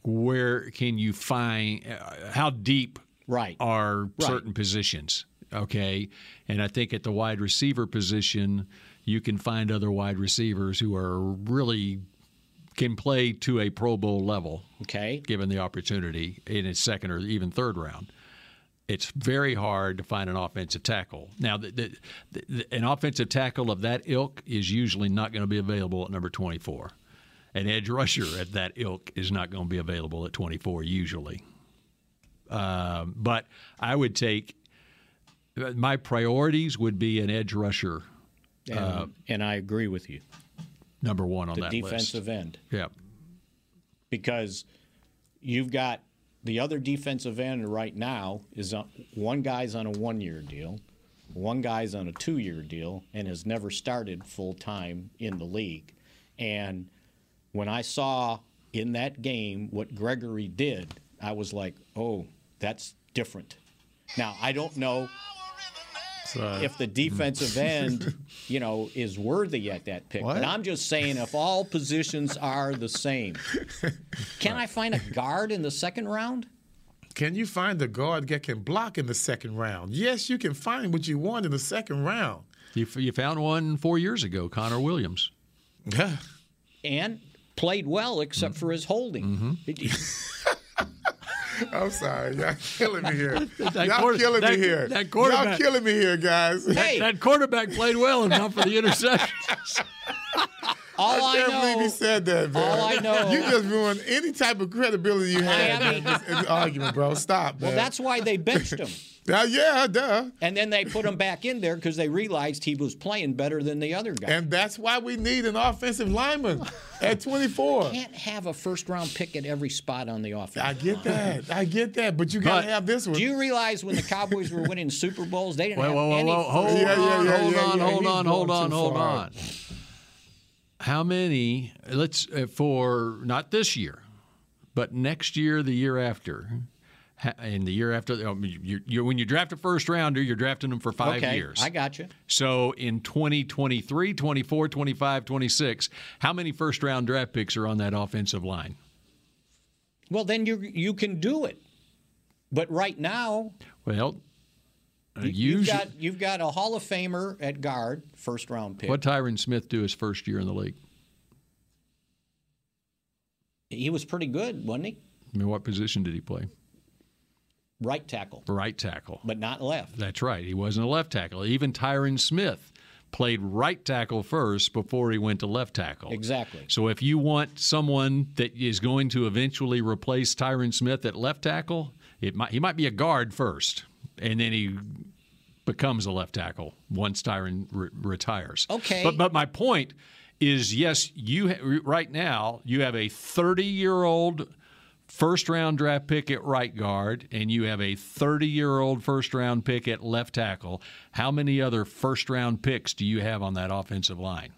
S1: where can you find uh, how deep
S2: Right.
S1: are certain positions. Okay. And I think at the wide receiver position, you can find other wide receivers who are really can play to a Pro Bowl level
S2: Okay.
S1: given the opportunity in its second or even third round. It's very hard to find an offensive tackle. Now, the, the, the, an offensive tackle of that ilk is usually not going to be available at number 24. An edge rusher at that ilk is not going to be available at 24 usually. Um, but I would take my priorities would be an edge rusher
S2: And, and I agree with you.
S1: number one on
S2: The
S1: that
S2: defensive end.
S1: list. Yeah.
S2: because you've got the other defensive end right now is on, one guy's on a one-year deal, one guy's on a two-year deal, and has never started full time in the league. And when I saw in that game what Gregory did, I was like, "Oh, that's different." Now I don't know if the defensive end, you know, is worthy at that pick.
S3: What?
S2: But I'm just saying, if all positions are the same, can I find a guard in the second round?
S3: Can you find the guard that can block in the second round? Yes, you can find what you want in the second round.
S1: You, f- you found one four years ago, Connor Williams. Mm-hmm.
S2: And played well except for his holding.
S8: I'm sorry. Y'all killing me here.
S1: That
S8: Y'all
S1: quarter-
S8: killing
S1: that-
S8: me here.
S1: that quarterback-
S8: Y'all killing me here, guys.
S1: That, that quarterback played well enough for the interception.
S8: All I,
S1: I
S8: can't believe
S1: know-
S8: you said that, man.
S1: all I know-
S8: You just ruined any type of credibility you had
S2: I
S8: in this, in this argument, bro. Stop,
S2: Well,
S8: man.
S2: that's why they benched him.
S8: yeah, duh.
S2: And then they put him back in there because they realized he was playing better than the other guy.
S8: And that's why we need an offensive lineman at 24.
S2: Can't have a first round pick at every spot on the offense.
S8: I get that. I get that. But you gotta have this one.
S2: Do you realize when the Cowboys were winning Super Bowls, they didn't
S1: Whoa,
S2: have
S1: whoa, whoa,
S2: any?
S1: whoa. Hold
S8: Yeah, yeah,
S1: on,
S8: yeah,
S1: hold
S8: yeah,
S1: on,
S8: yeah.
S1: hold
S8: He's
S1: on,
S8: going
S1: hold
S8: too
S1: on, hold
S8: far.
S1: on. How many, let's, uh, for not this year, but next year, the year after, ha- and the year after, I mean, you you when you draft a first rounder, you're drafting them for five
S2: okay,
S1: years.
S2: I got you.
S1: So in 2023, 24, 25, 26, how many first round draft picks are on that offensive line?
S2: Well, then you you can do it. But right now,
S1: Well, uh,
S2: you, have
S1: usu-
S2: got you've got a Hall of Famer at guard, first round pick.
S1: what Tyron Smith do his first year in the league?
S2: He was pretty good, wasn't he?
S1: I mean, what position did he play?
S2: Right tackle,
S1: Right tackle.
S2: but not left.
S1: That's right. He wasn't a left tackle. Even Tyron Smith played right tackle first before he went to left tackle.
S2: Exactly.
S1: So if you want someone that is going to eventually replace Tyron Smith at left tackle, it might he might be a guard first, and then he becomes a left tackle once Tyron re- retires.
S2: Okay.
S1: But but my point is yes, you ha- right now you have a 30-year-old first round draft pick at right guard and you have a 30-year-old first round pick at left tackle. How many other first round picks do you have on that offensive line?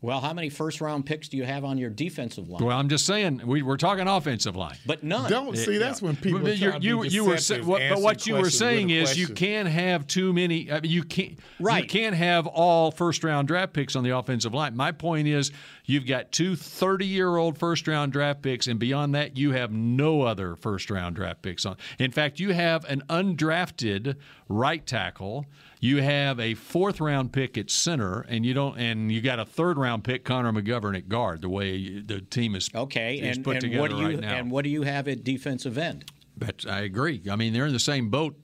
S2: Well, how many first round picks do you have on your defensive line?
S1: Well, I'm just saying we, we're talking offensive line.
S2: but none.
S8: Don't see. That's when people
S1: But
S8: try
S1: you,
S8: to be
S1: you, you were sa-
S8: deceptive,
S1: what, but
S8: answer
S1: what you were
S8: questions with a
S1: saying is you
S8: question.
S1: can't have too many. I mean, you can't. You
S2: Right.
S1: can't have all first round draft picks on the offensive line. My point is you've got two 30 year old first round draft picks, and beyond that, you have no other first round draft picks on. In fact, you have an undrafted right tackle. You have a fourth round pick at center, and you don't, and you got a third round pick, Connor McGovern at guard. The way the team is
S2: Okay,
S1: is
S2: and,
S1: put
S2: and
S1: together
S2: what do you
S1: right now.
S2: and what do you have at defensive end?
S1: But I agree. I mean, they're in the same boat,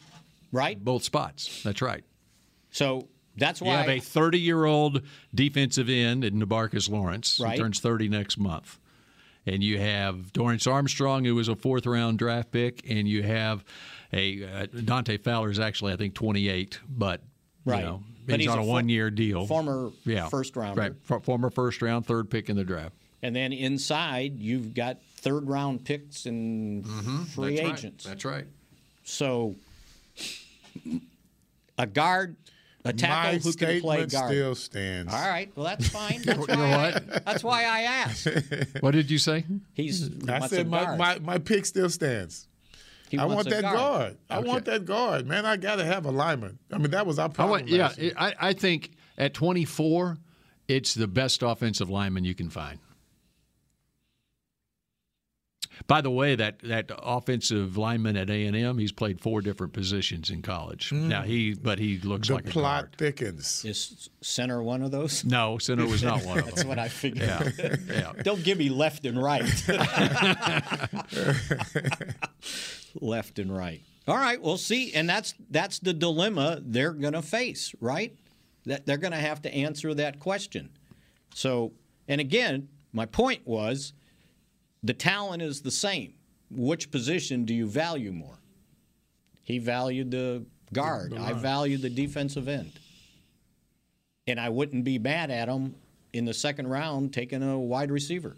S2: right?
S1: Both spots. That's right.
S2: So that's
S1: you
S2: why
S1: have a 30 year old defensive end in Nabarcus Lawrence,
S2: Right.
S1: who turns 30 next month. And you have Dorrance Armstrong, who was a fourth round draft pick, and you have a uh, Dante Fowler is actually I think 28, but
S2: Right.
S1: you know,
S2: But
S1: he's,
S2: he's
S1: on
S2: a
S1: a
S2: for-
S1: one year deal.
S2: former
S1: yeah,
S2: first rounder.
S1: right? For, former first round, third pick in the draft.
S2: And then inside, you've got third round picks and free
S1: Mm-hmm, That's right.
S2: agents.
S1: That's right.
S2: So a guard, a tackle
S8: My
S2: who can play
S8: statement
S2: guard.
S8: still stands.
S2: All right, well that's fine. That's
S1: You
S2: why,
S1: know
S2: I,
S1: what?
S2: that's why I asked.
S1: What did you say?
S2: He's he
S8: I
S2: wants
S8: said
S2: a
S8: my,
S2: guard.
S8: my, my pick still stands.
S2: He
S8: I
S2: wants
S8: want
S2: a
S8: that guard.
S2: guard.
S8: I want that guard, man. I gotta have a lineman. I mean, that was our
S1: I
S8: problem.
S1: want, yeah,
S8: last year.
S1: I, I think at 24, it's the best offensive lineman you can find. By the way, that, that offensive lineman at A and M, he's played four different positions in college.
S2: Mm.
S1: Now he, but he looks
S8: the
S1: like a
S8: plot
S1: guard.
S8: thickens.
S2: Is center one of those?
S1: No, center was not one of them.
S2: That's what I figured.
S1: Yeah, yeah.
S2: Don't give me left and right. left and right. All right, well, see, and that's that's the dilemma they're going to face, right? That they're going to have to answer that question. So, and again, my point was the talent is the same. Which position do you value more? He valued the guard. I valued the defensive end. And I wouldn't be mad at him in the second round taking a wide receiver.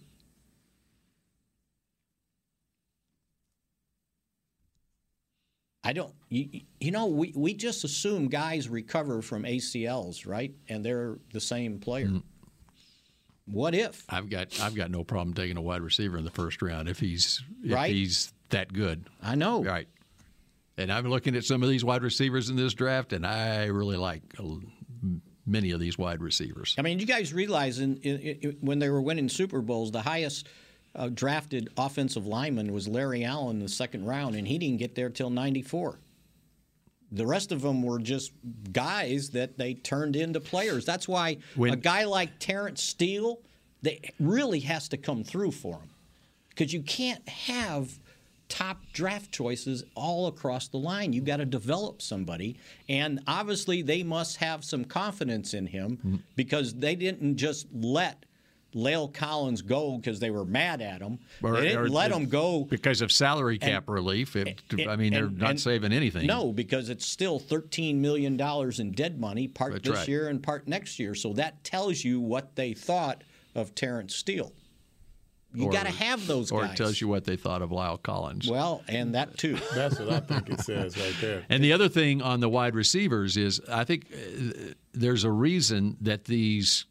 S2: I don't, you, you know, we, we just assume guys recover from ACLs, right? And they're the same player. What if?
S1: I've got I've got no problem taking a wide receiver in the first round if he's if
S2: Right.
S1: he's that good.
S2: I know.
S1: Right. And I'm looking at some of these wide receivers in this draft, and I really like a l- many of these wide receivers.
S2: I mean, you guys realize in, in, in, when they were winning Super Bowls, the highest uh, drafted offensive lineman was Larry Allen in the second round, and he didn't get there till '94. The rest of them were just guys that they turned into players. That's why
S1: When-
S2: a guy like Terrence Steele, they really has to come through for him, because you can't have top draft choices all across the line. You got to develop somebody, and obviously they must have some confidence in him because they didn't just let Lale Collins go because they were mad at him. they didn't let him go
S1: because of salary cap
S2: And-
S1: relief. It,
S2: and-
S1: I mean, they're
S2: and-
S1: not
S2: and-
S1: saving anything.
S2: No, because it's still thirteen million dollars in dead money, part
S1: That's
S2: this
S1: right.
S2: year and part next year. So that tells you what they thought of Terrence Steele. You
S1: Or-
S2: got to have those
S1: or
S2: guys.
S1: it tells you what they thought of Lyle Collins.
S2: well, and that too.
S3: That's what I think it says right there.
S1: And the other thing on the wide receivers is I think uh, there's a reason that these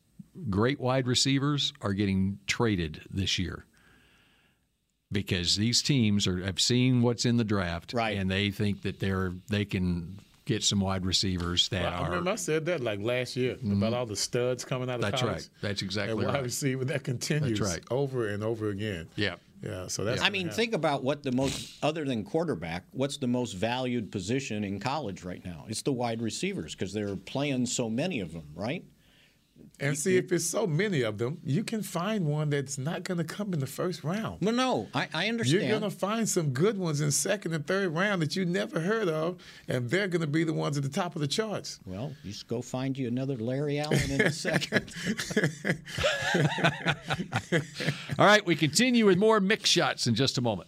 S1: great wide receivers are getting traded this year. Because these teams are have seen what's in the draft right. and they think that they're they can get some wide receivers that
S3: I
S1: are
S3: remember I said that like last year about all the studs coming out of
S1: Mm-hmm. That's
S3: college.
S1: right. That's exactly
S3: and wide
S1: right.
S3: receiver that continues
S1: right.
S3: over and over again.
S1: Yeah.
S3: Yeah. So that's.
S2: I mean, think about what the most other than quarterback, what's the most valued position in college right now? It's the wide receivers because they're playing so many of them, right?
S3: And see if it's so many of them, you can find one that's not going to come in the first round.
S2: No, no, I, I understand.
S3: You're going to find some good ones in second and third round that you never heard of, and they're going to be the ones at the top of the charts.
S2: Well, you just go find you another Larry Allen in a second.
S1: All right, we continue with more mix shots in just a moment.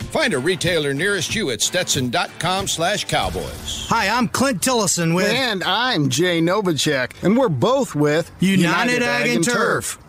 S9: Find a retailer nearest you at stetson.com slash cowboys.
S10: Hi, I'm Clint Tillison with.
S11: And I'm Jay Novacek, and we're both with
S10: United, Ag, and Turf,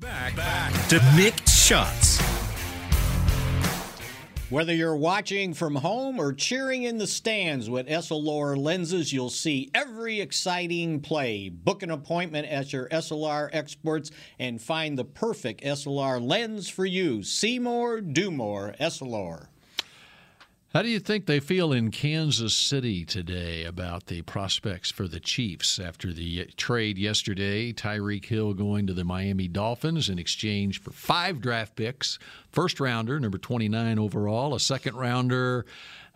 S7: To mix shots.
S2: Whether you're watching from home or cheering in the stands with SLR lenses, you'll see every exciting play. Book an appointment at your SLR experts and find the perfect SLR lens for you. See more, do more, SLR.
S1: How do you think they feel in Kansas City today about the prospects for the Chiefs after the uh, trade yesterday? Tyreek Hill going to the Miami Dolphins in exchange for five draft picks first rounder, number 29 overall, a second rounder,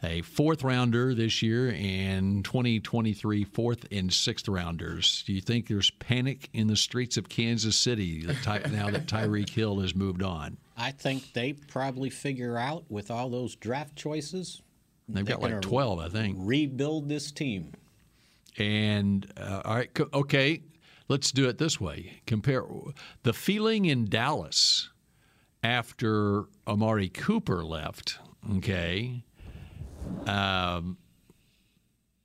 S1: a fourth rounder this year, and 2023 fourth and sixth rounders. Do you think there's panic in the streets of Kansas City that Ty- now that Tyreek Hill has moved on?
S2: I think they probably figure out with all those draft choices.
S1: They've got
S2: they're gonna
S1: like 12, I think.
S2: Rebuild this team.
S1: And uh, all right, co- okay, let's do it this way. Compare the feeling in Dallas after Amari Cooper left, okay, um,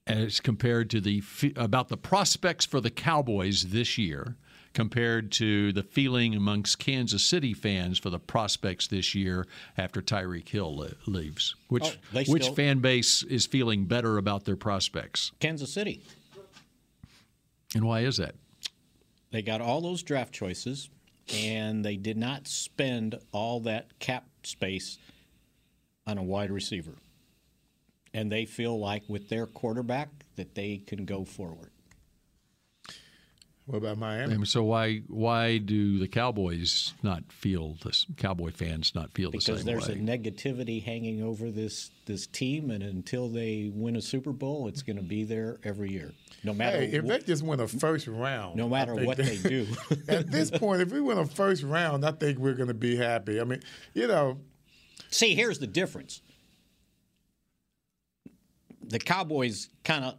S1: as compared to the fe- about the prospects for the Cowboys this year. Compared to the feeling amongst Kansas City fans for the prospects this year after Tyreek Hill le- leaves,
S2: Oh,
S1: which
S2: they
S1: which
S2: still-
S1: fan base is feeling better about their prospects?
S2: Kansas City.
S1: And why is that?
S2: They got all those draft choices. and they did not spend all that cap space on a wide receiver. And they feel like with their quarterback that they can go forward.
S3: What about Miami?
S1: And so why why do the Cowboys not feel this? Cowboy fans not feel the
S2: because
S1: same
S2: there's
S1: way?
S2: a negativity hanging over this this team, and until they win a Super Bowl, it's going to be there every year, no matter
S3: Hey, if
S2: wh-
S3: they just win a first round,
S2: no matter
S3: I think
S2: what they do.
S3: At this point, if we win a first round, I think we're going to be happy. I mean, you know,
S2: See, here's the difference. The Cowboys kind of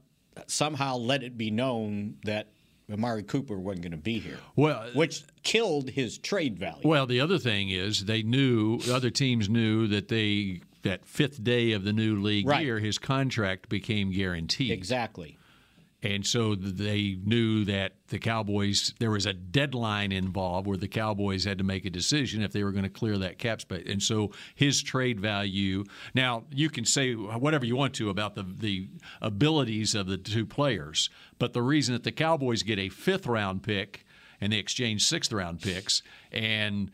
S2: somehow let it be known that Amari Cooper wasn't going to be here,
S1: Well, uh,
S2: which killed his trade value.
S1: Well, the other thing is they knew the other teams knew that they that fifth day of the new league
S2: Right.
S1: year his contract became guaranteed.
S2: Exactly.
S1: And so they knew that the Cowboys there was a deadline involved where the Cowboys had to make a decision if they were going to clear that cap space. And so his trade value now you can say whatever you want to about the the abilities of the two players, but the reason that the Cowboys get a fifth round pick and they exchange sixth round picks and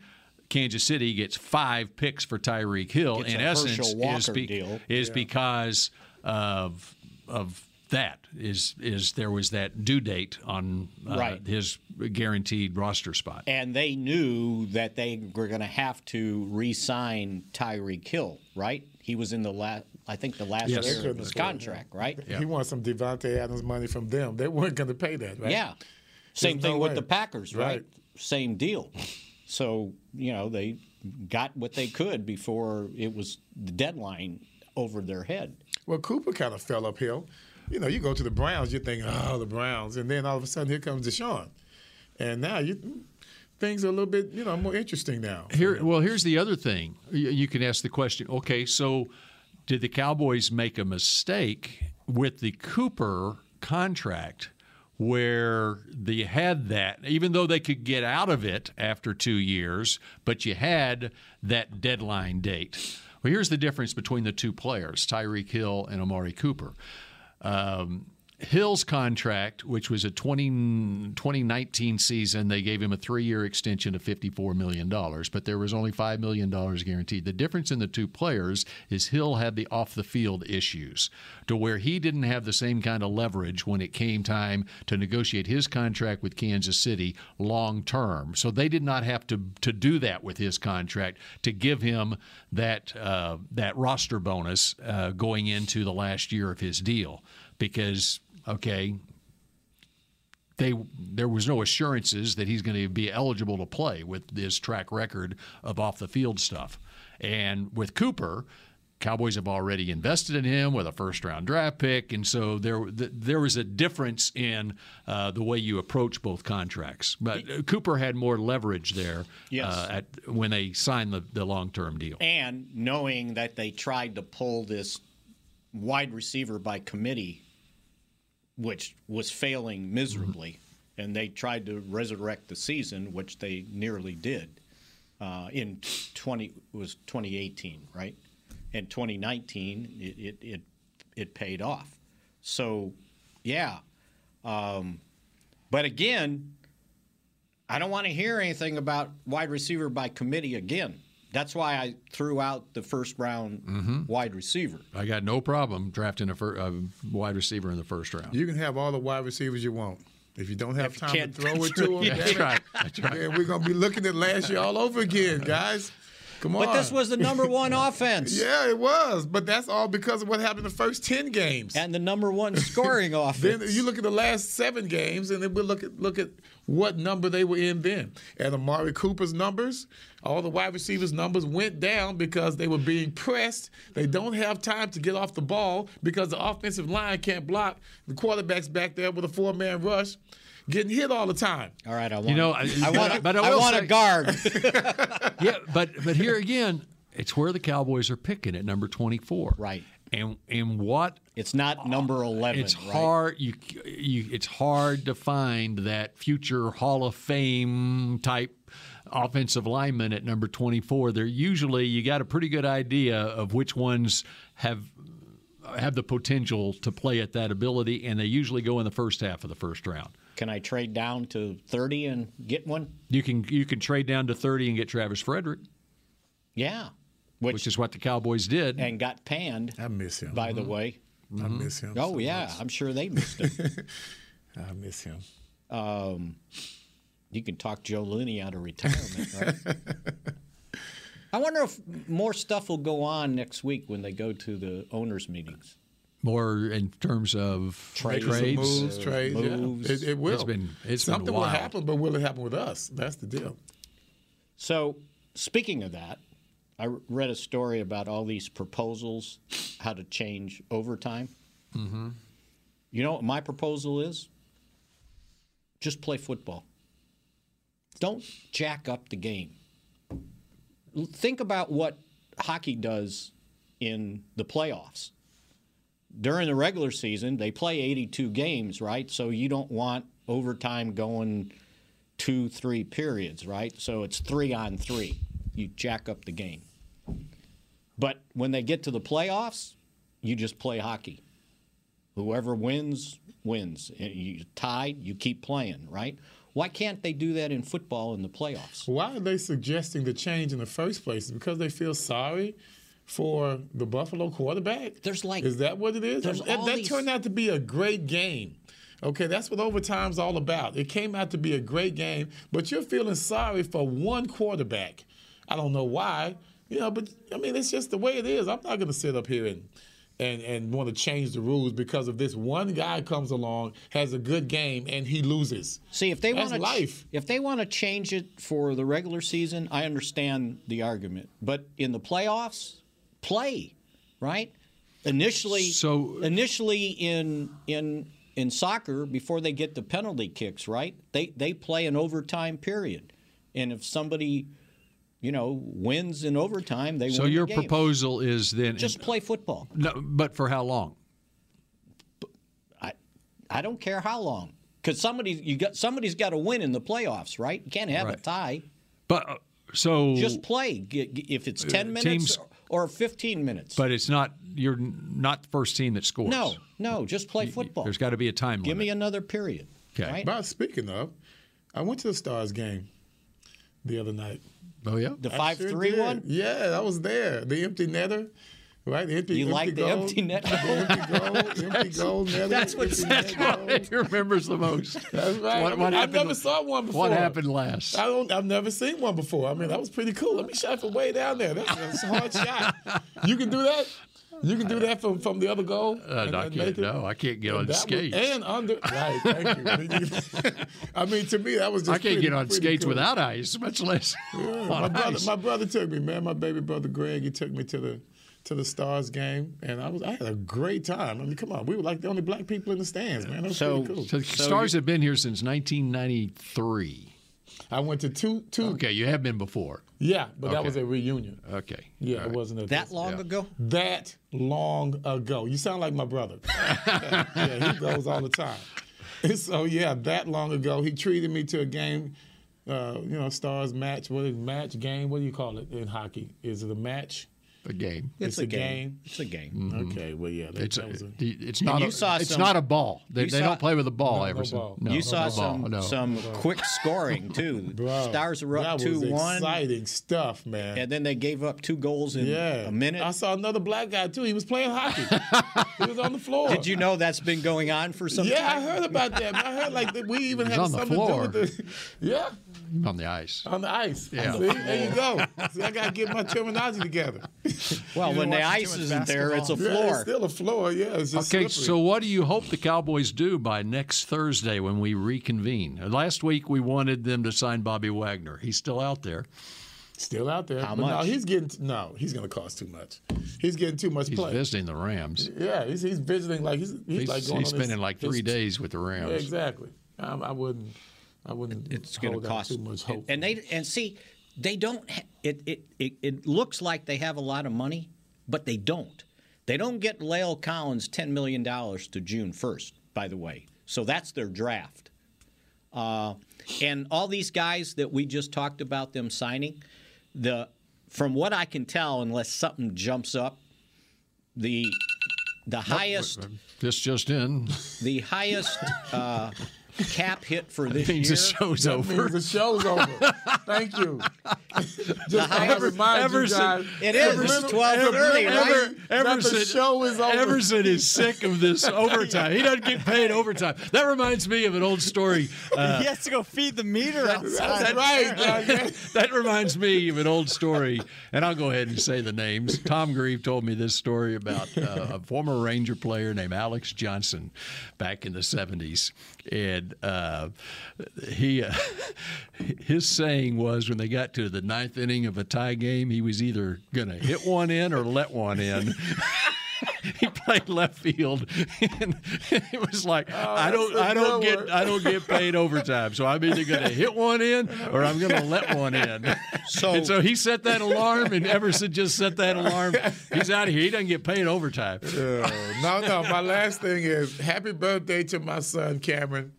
S1: Kansas City gets five picks for Tyreek Hill.
S2: Gets
S1: in
S2: a
S1: essence,
S2: Herschel
S1: is,
S2: Walker
S1: be-
S2: deal.
S1: is
S2: Yeah.
S1: because of of that is is there was that due date on uh,
S2: Right.
S1: his guaranteed roster spot.
S2: And they knew that they were going to have to re-sign Tyreek Hill, right? He was in the last, I think, the last
S3: Yes.
S2: year of his contract, right?
S3: he wants some Devontae Adams money from them. They weren't going to pay that, right?
S2: Yeah. Same
S3: There's
S2: thing
S3: no
S2: with
S3: way.
S2: the Packers, right?
S3: Right.
S2: Same deal. So, you know, they got what they could before it was the deadline over their head.
S3: Well, Cooper kind of fell uphill. You know, you go to the Browns, you're thinking, oh, the Browns, and then all of a sudden here comes Deshaun, and now you things are a little bit, you know, more interesting now.
S1: Here, well, here's the other thing. You you can ask the question. Okay, so did the Cowboys make a mistake with the Cooper contract, where they had that, even though they could get out of it after two years, but you had that deadline date? Well, here's the difference between the two players, Tyreek Hill and Amari Cooper. Um, Hill's contract, which was a 20, 2019 season, they gave him a three year extension of $54 million, but there was only $5 million guaranteed. The difference in the two players is Hill had the off the field issues to where he didn't have the same kind of leverage when it came time to negotiate his contract with Kansas City long term. So they did not have to, to do that with his contract to give him that, uh, that roster bonus uh, going into the last year of his deal because okay they there was no assurances that he's going to be eligible to play with his track record of off the field stuff and with Cooper Cowboys have already invested in him with a first round draft pick and so there th- there was a difference in uh, the way you approach both contracts but uh, Cooper had more leverage there
S2: Yes.
S1: uh, at, when they signed the, the long term deal
S2: And knowing that they tried to pull this wide receiver by committee, which was failing miserably, and they tried to resurrect the season, which they nearly did. Uh, in twenty it was twenty eighteen, right? And twenty nineteen, it, it it it paid off. So, yeah. Um, but again, I don't want to hear anything about wide receiver by committee again. That's why I threw out the first round
S1: Mhm.
S2: wide receiver.
S1: I got no problem drafting a, fir- a wide receiver in the first round
S3: You can have all the wide receivers you want. If you don't have time to
S1: can't-
S3: throw it
S1: that's
S3: to them,
S1: right. That's right. That's right.
S3: then we're going to be looking at last year all over again, guys. Come on.
S2: But this was the number one offense.
S3: Yeah, it was. But that's all because of what happened the first 10 games.
S2: And the number one scoring offense.
S3: Then you look at the last seven games, and then we look at look at what number they were in then. And Amari Cooper's numbers, all the wide receivers' numbers went down because they were being pressed. They don't have time to get off the ball because the offensive line can't block. The quarterback's back there with a four man rush, getting hit all the time.
S2: All right, I want
S1: You know, I-
S2: I want a-
S1: but I
S2: I
S1: will
S2: want
S1: say-
S2: a guard.
S1: yeah, but but here again, it's where the Cowboys are picking at number twenty four. Right. And and what?
S2: It's not number eleven.
S1: It's
S2: right?
S1: hard you you it's hard to find that future Hall of Fame type offensive lineman at number twenty four. They're usually you got a pretty good idea of which ones have have the potential to play at that ability, and they usually go in the first half of the first round.
S2: Can I trade down to 30 and get one?
S1: You can you can trade down to 30 and get Travis Frederick.
S2: Yeah.
S1: Which, is what the Cowboys did.
S2: And got panned.
S3: I miss him.
S2: By the
S1: Mm-hmm.
S2: way.
S3: I miss him.
S2: Oh
S3: so
S2: yeah,
S3: much.
S2: I'm sure they missed him.
S3: I miss him.
S2: Um, you can talk Joe Looney out of retirement, right? I wonder if more stuff will go on next week when they go to the owners' meetings.
S1: More in terms of
S3: Trades,
S1: trades,
S3: moves,
S1: uh,
S3: trades.
S1: moves.
S3: Yeah. It, it will.
S1: It's been it's
S3: something
S1: been
S3: will
S1: wild.
S3: happen, but will it happen with us? That's the deal.
S2: So, speaking of that, I r- read a story about all these proposals how to change overtime.
S1: Mm-hmm.
S2: You know what my proposal is? Just play football. Don't jack up the game. L- Think about what hockey does in the playoffs. During the regular season, they play 82 games, right? So you don't want overtime going two, three periods, right? So it's three on three. You jack up the game. But when they get to the playoffs, you just play hockey. Whoever wins, wins. You tied, you keep playing, right? Why can't they do that in football in the playoffs?
S3: Why are they suggesting the change in the first place? Because they feel sorry for the Buffalo quarterback?
S2: There's like
S3: Is that what it is?
S2: there's
S3: And
S2: all
S3: that
S2: these-
S3: turned out to be a great game. Okay, that's what overtime's all about. It came out to be a great game, but you're feeling sorry for one quarterback. I don't know why. You know, but I mean it's just the way it is. I'm not gonna sit up here and and, and want to change the rules because if this one guy comes along, has a good game, and he loses.
S2: See, if they
S3: That's
S2: want to
S3: life.
S2: if they want to change it for the regular season, I understand the argument. But in the playoffs, play, right? Initially, so initially in in in soccer, before they get the penalty kicks, right? They they play an overtime period, and if somebody, you know, wins in overtime, they
S1: So
S2: win. the
S1: your
S2: game.
S1: proposal is then
S2: just play football.
S1: no, but for how long?
S2: I don't care how long, because somebody you got somebody's got to win in the playoffs, right? You can't have a
S1: Right.
S2: tie.
S1: But uh, so
S2: just play G- g- if it's
S1: Uh,
S2: 10 minutes
S1: teams-
S2: or 15 minutes
S1: But it's not you're n- not the first team that scores.
S2: no no just play football
S1: There's got to be a time
S2: give
S1: limit.
S2: me another period
S1: Okay.
S2: right?
S3: But speaking of, I went to the Stars game the other night.
S1: Oh yeah,
S2: The
S3: I
S2: 5-3
S3: did.
S2: one?
S3: Yeah, I was there. The empty netter, right? The empty.
S2: You
S3: empty
S2: like the
S3: goal.
S2: empty net?
S3: empty goal netter.
S1: That's what
S3: empty
S1: that's
S3: net goal.
S1: what he remembers the most.
S3: That's right.
S1: What,
S3: I,
S1: what
S3: mean, I
S1: happened?
S3: never saw one before.
S1: What happened last?
S3: I don't. I've never seen one before. I mean, that was pretty cool. Let me shot from way down there. That's, that's a hard shot. You can do that. You can do that from, from the other goal.
S1: Uh,
S3: and-
S1: no, I
S3: and make
S1: can't.
S3: it?
S1: No, I can't get
S3: And
S1: on
S3: that was-
S1: skates.
S3: and under. Right. Thank you. I mean, to me, that was just.
S1: I can't
S3: pretty-
S1: get on
S3: pretty
S1: skates
S3: cool.
S1: without ice, much less.
S3: Yeah,
S1: on
S3: my brother,
S1: ice.
S3: my brother took me, man. My baby brother Greg, he took me to the to the Stars game, and I was I had a great time. I mean, come on, we were like the only black people in the stands, man. That was
S1: so,
S3: pretty cool.
S1: so the stars have been here since 1993.
S3: I went to two two.
S1: Okay, you have been before.
S3: Yeah, but that
S1: Okay.
S3: was a reunion.
S1: Okay.
S3: Yeah,
S1: All
S3: it
S1: right.
S3: wasn't a
S2: that long
S3: Yeah.
S2: ago
S3: That long ago. You sound like my brother. yeah, yeah, he goes all the time. And so yeah, that long ago, he treated me to a game. Uh, you know, Stars match. What is match game? What do you call it in hockey? Is it a match?
S1: A game.
S3: It's, a, game.
S2: it's a game
S1: Mhm.
S3: Okay, well, yeah, that,
S1: It's
S3: that was a,
S1: it's
S2: And
S1: not
S2: you
S1: a,
S2: saw
S1: it's
S2: some-
S1: not a ball. They,
S2: you
S1: they
S2: saw-
S1: don't play with a ball
S3: No, no
S1: ever.
S3: ball.
S1: No,
S2: you
S1: no
S2: saw
S1: ball,
S2: some
S1: no.
S2: some quick scoring too
S3: Bro,
S2: stars were up
S3: that was
S2: 2-1
S3: Exciting stuff, man.
S2: and then they gave up two goals in
S3: yeah,
S2: a minute
S3: I saw another black guy too. He was playing hockey. he was on the floor.
S2: did you know that's been going on for some
S3: yeah,
S2: time
S3: I heard about that. man. I heard like that we even
S1: He's
S3: had
S1: on the
S3: something
S1: floor.
S3: to do with it. Yeah,
S1: on the ice.
S3: on the ice.
S1: Yeah.
S3: See, there you go. See, I gotta get my terminology together.
S2: well when the ice isn't there it's a
S3: Yeah, it's
S2: floor
S3: still a floor. Yeah, it's just
S1: Okay,
S3: slippery.
S1: so what do you hope the Cowboys do by next Thursday when we reconvene? Last week we wanted them to sign Bobby Wagner. He's still out there.
S3: still out there.
S1: How
S3: but
S1: much?
S3: No, he's getting no. He's gonna cost too much. He's getting too much
S1: He's
S3: play.
S1: visiting the Rams.
S3: Yeah, he's, he's visiting like he's, he's,
S1: He's,
S3: like
S1: he's
S3: going on his-
S1: spending like three
S3: his-
S1: days with the
S3: Yeah,
S1: Rams.
S3: exactly. Um, I wouldn't. I wouldn't.
S2: it's going
S3: hold
S2: to
S3: out
S2: cost
S3: too much hope.
S2: And they and see, they don't. ha- It it, it it looks like they have a lot of money, but they don't. They don't get Lale Collins ten million dollars to June first. By the way, so that's their draft. Uh, and all these guys that we just talked about them signing, the from what I can tell, unless something jumps up, the the highest
S1: This just in.
S2: the highest uh, cap hit for this year.
S1: means the show's
S8: That
S1: over.
S8: means the show's over. Thank you. Just
S2: high-
S8: to remind you
S1: Everson-
S8: guys,
S2: It is.
S8: Ever-
S2: It's 12
S8: Ever-
S2: early, right?
S8: Ever- that the show is over.
S1: Everson is sick of this overtime. He doesn't get paid overtime. That reminds me of an old story. uh,
S12: he has to go feed the meter outside.
S8: That's right. Oh, Doug.
S1: that reminds me of an old story, and I'll go ahead and say the names. Tom Grieve told me this story about uh, a former Ranger player named Alex Johnson back in the 70s. And uh, he, uh, his saying was when they got to the ninth inning of a tie game, he was either going to hit one in or let one in. he played left field, and it was like I
S8: that's
S1: don't,
S8: a
S1: I
S8: good
S1: don't get,
S8: one.
S1: I don't get paid overtime. So I'm either going to hit one in or I'm going to let one in. So, and so he set that alarm, and Everson just set that alarm. He's out of here. He doesn't get paid overtime.
S8: Yeah. no, no. My last thing is happy birthday to my son Cameron.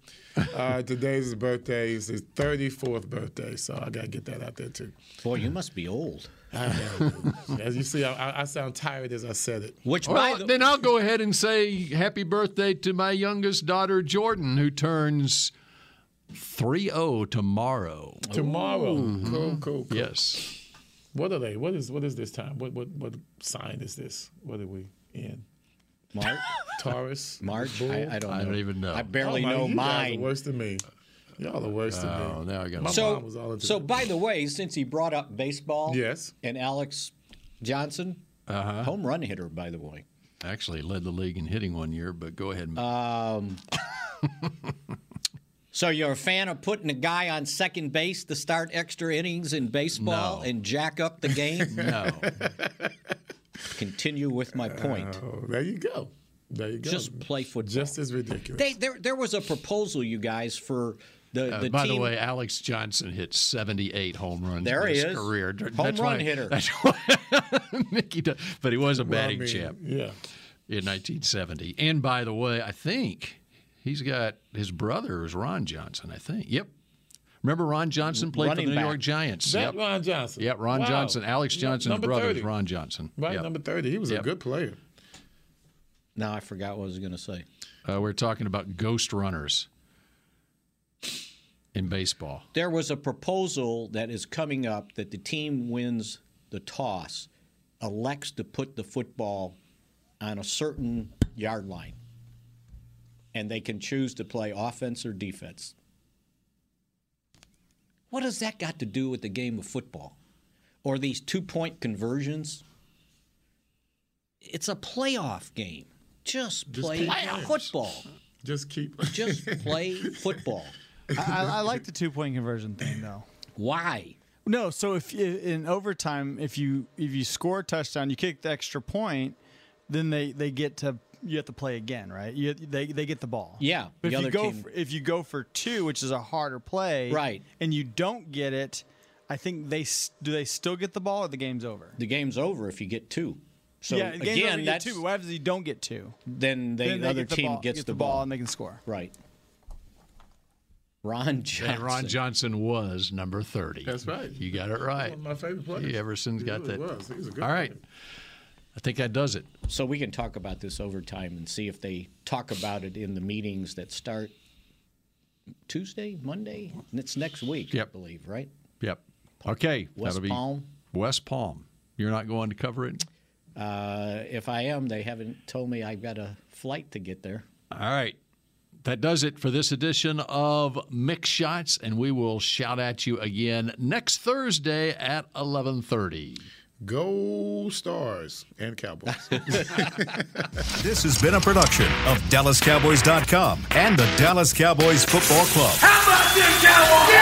S8: Uh, today's his birthday. It's his 34th birthday, so I gotta get that out there too.
S2: Boy, you must be old.
S8: As you see, I, I- I sound tired as I said it.
S2: Which
S1: Well, then I'll go ahead and say happy birthday to my youngest daughter Jordan, who turns 3-0 tomorrow.
S8: Tomorrow.
S2: Mm-hmm.
S8: Cool, cool, cool.
S1: Yes.
S8: What are they? What is what is this time? What what what sign is this? What are we in?
S2: March.
S8: Taurus.
S2: March.
S8: Bull?
S2: I, I don't.
S1: I don't even know.
S2: I barely
S8: Oh, my,
S2: know
S8: you guys
S2: mine.
S8: Are worse than me. Y'all are worse than me.
S1: Oh, now I got
S8: My
S2: so,
S8: mom was all into
S2: so
S8: it.
S2: by the way, since he brought up baseball,
S8: Yes.
S2: and Alex Johnson,
S1: Uh-huh.
S2: home run hitter, by the way.
S1: Actually led the league in hitting one year, but go ahead.
S2: Um, so you're a fan of putting a guy on second base to start extra innings in baseball
S1: No.
S2: and jack up the game?
S1: no.
S2: Continue with my point.
S3: Uh,
S8: Oh, there you go. There you go.
S2: Just play football.
S8: Just as ridiculous.
S2: They, there, there was a proposal, you guys, for the,
S1: Uh,
S2: the
S1: by
S2: team.
S1: the way, Alex Johnson hit 78 home runs
S2: There he
S1: in his
S2: is.
S1: career. D-
S2: Home
S1: that's
S2: run
S1: why-
S2: hitter.
S1: That's why Mickey does, but he was a
S8: Well, I
S1: batting
S8: mean,
S1: champ
S8: Yeah.
S1: in 1970. And by the way, I think he's got his brother is Ron Johnson, I think. Yep. Remember Ron Johnson played
S2: Running
S1: for the New
S2: back.
S1: York Giants.
S8: That
S1: Yep.
S8: Ron Johnson.
S1: Yep, Ron
S8: Wow.
S1: Johnson. Alex
S8: Nu-
S1: Johnson's
S8: number
S1: brother is
S8: 30.
S1: Ron Johnson.
S8: Right,
S1: Yep.
S8: number 30. He was
S1: Yep.
S8: a good player.
S2: Now I forgot what I was going to say.
S1: Uh, we're talking about ghost runners in baseball.
S2: There was a proposal that is coming up that the team wins the toss, elects to put the football on a certain yard line, and they can choose to play offense or defense. What has that got to do with the game of football or these two point conversions? It's a playoff game. Just play
S8: play.
S2: football.
S8: Just keep.
S2: Just play football.
S13: I, I- I like the two point conversion thing though.
S2: Why?
S13: No, so if you, in overtime, if you if you score a touchdown, you kick the extra point, then they, they get to you have to play again, right? You, they they get the ball.
S2: Yeah, the
S13: But if
S2: other
S13: you go
S2: team-
S13: for, if you go for two, which is a harder play,
S2: Right.
S13: and you don't get it, I think they s- do they still get the ball or the game's over.
S2: the game's over if you get two. So
S13: yeah, the game's over,
S2: again,
S13: you
S2: that's
S13: get two. but What happens if you don't get two?
S2: then the
S13: Then they
S2: other
S13: get the
S2: team
S13: ball-
S2: gets
S13: get
S2: the,
S13: the
S2: ball.
S13: and they can score.
S2: Right. Ron Johnson.
S1: And Ron Johnson was number 30.
S8: That's right.
S1: You got it right.
S8: One of my favorite players.
S1: He Everson's
S8: He
S1: got
S8: really
S1: that.
S8: was. He was a good
S1: All right.
S8: player.
S1: I think that does it.
S2: So we can talk about this over time and see if they talk about it in the meetings that start Tuesday, Monday. And it's next week, I
S1: Yep.
S2: believe, right?
S1: Yep. Okay.
S2: West
S1: that'll be
S2: Palm.
S1: West Palm. You're not going to cover it?
S2: Uh, if I am, they haven't told me I've got a flight to get there.
S1: All right. That does it for this edition of Mix Shots, and we will shout at you again next Thursday at 11:30.
S8: Go Stars and Cowboys.
S14: This has been a production of DallasCowboys.com and the Dallas Cowboys Football Club.
S15: How about this, Cowboys?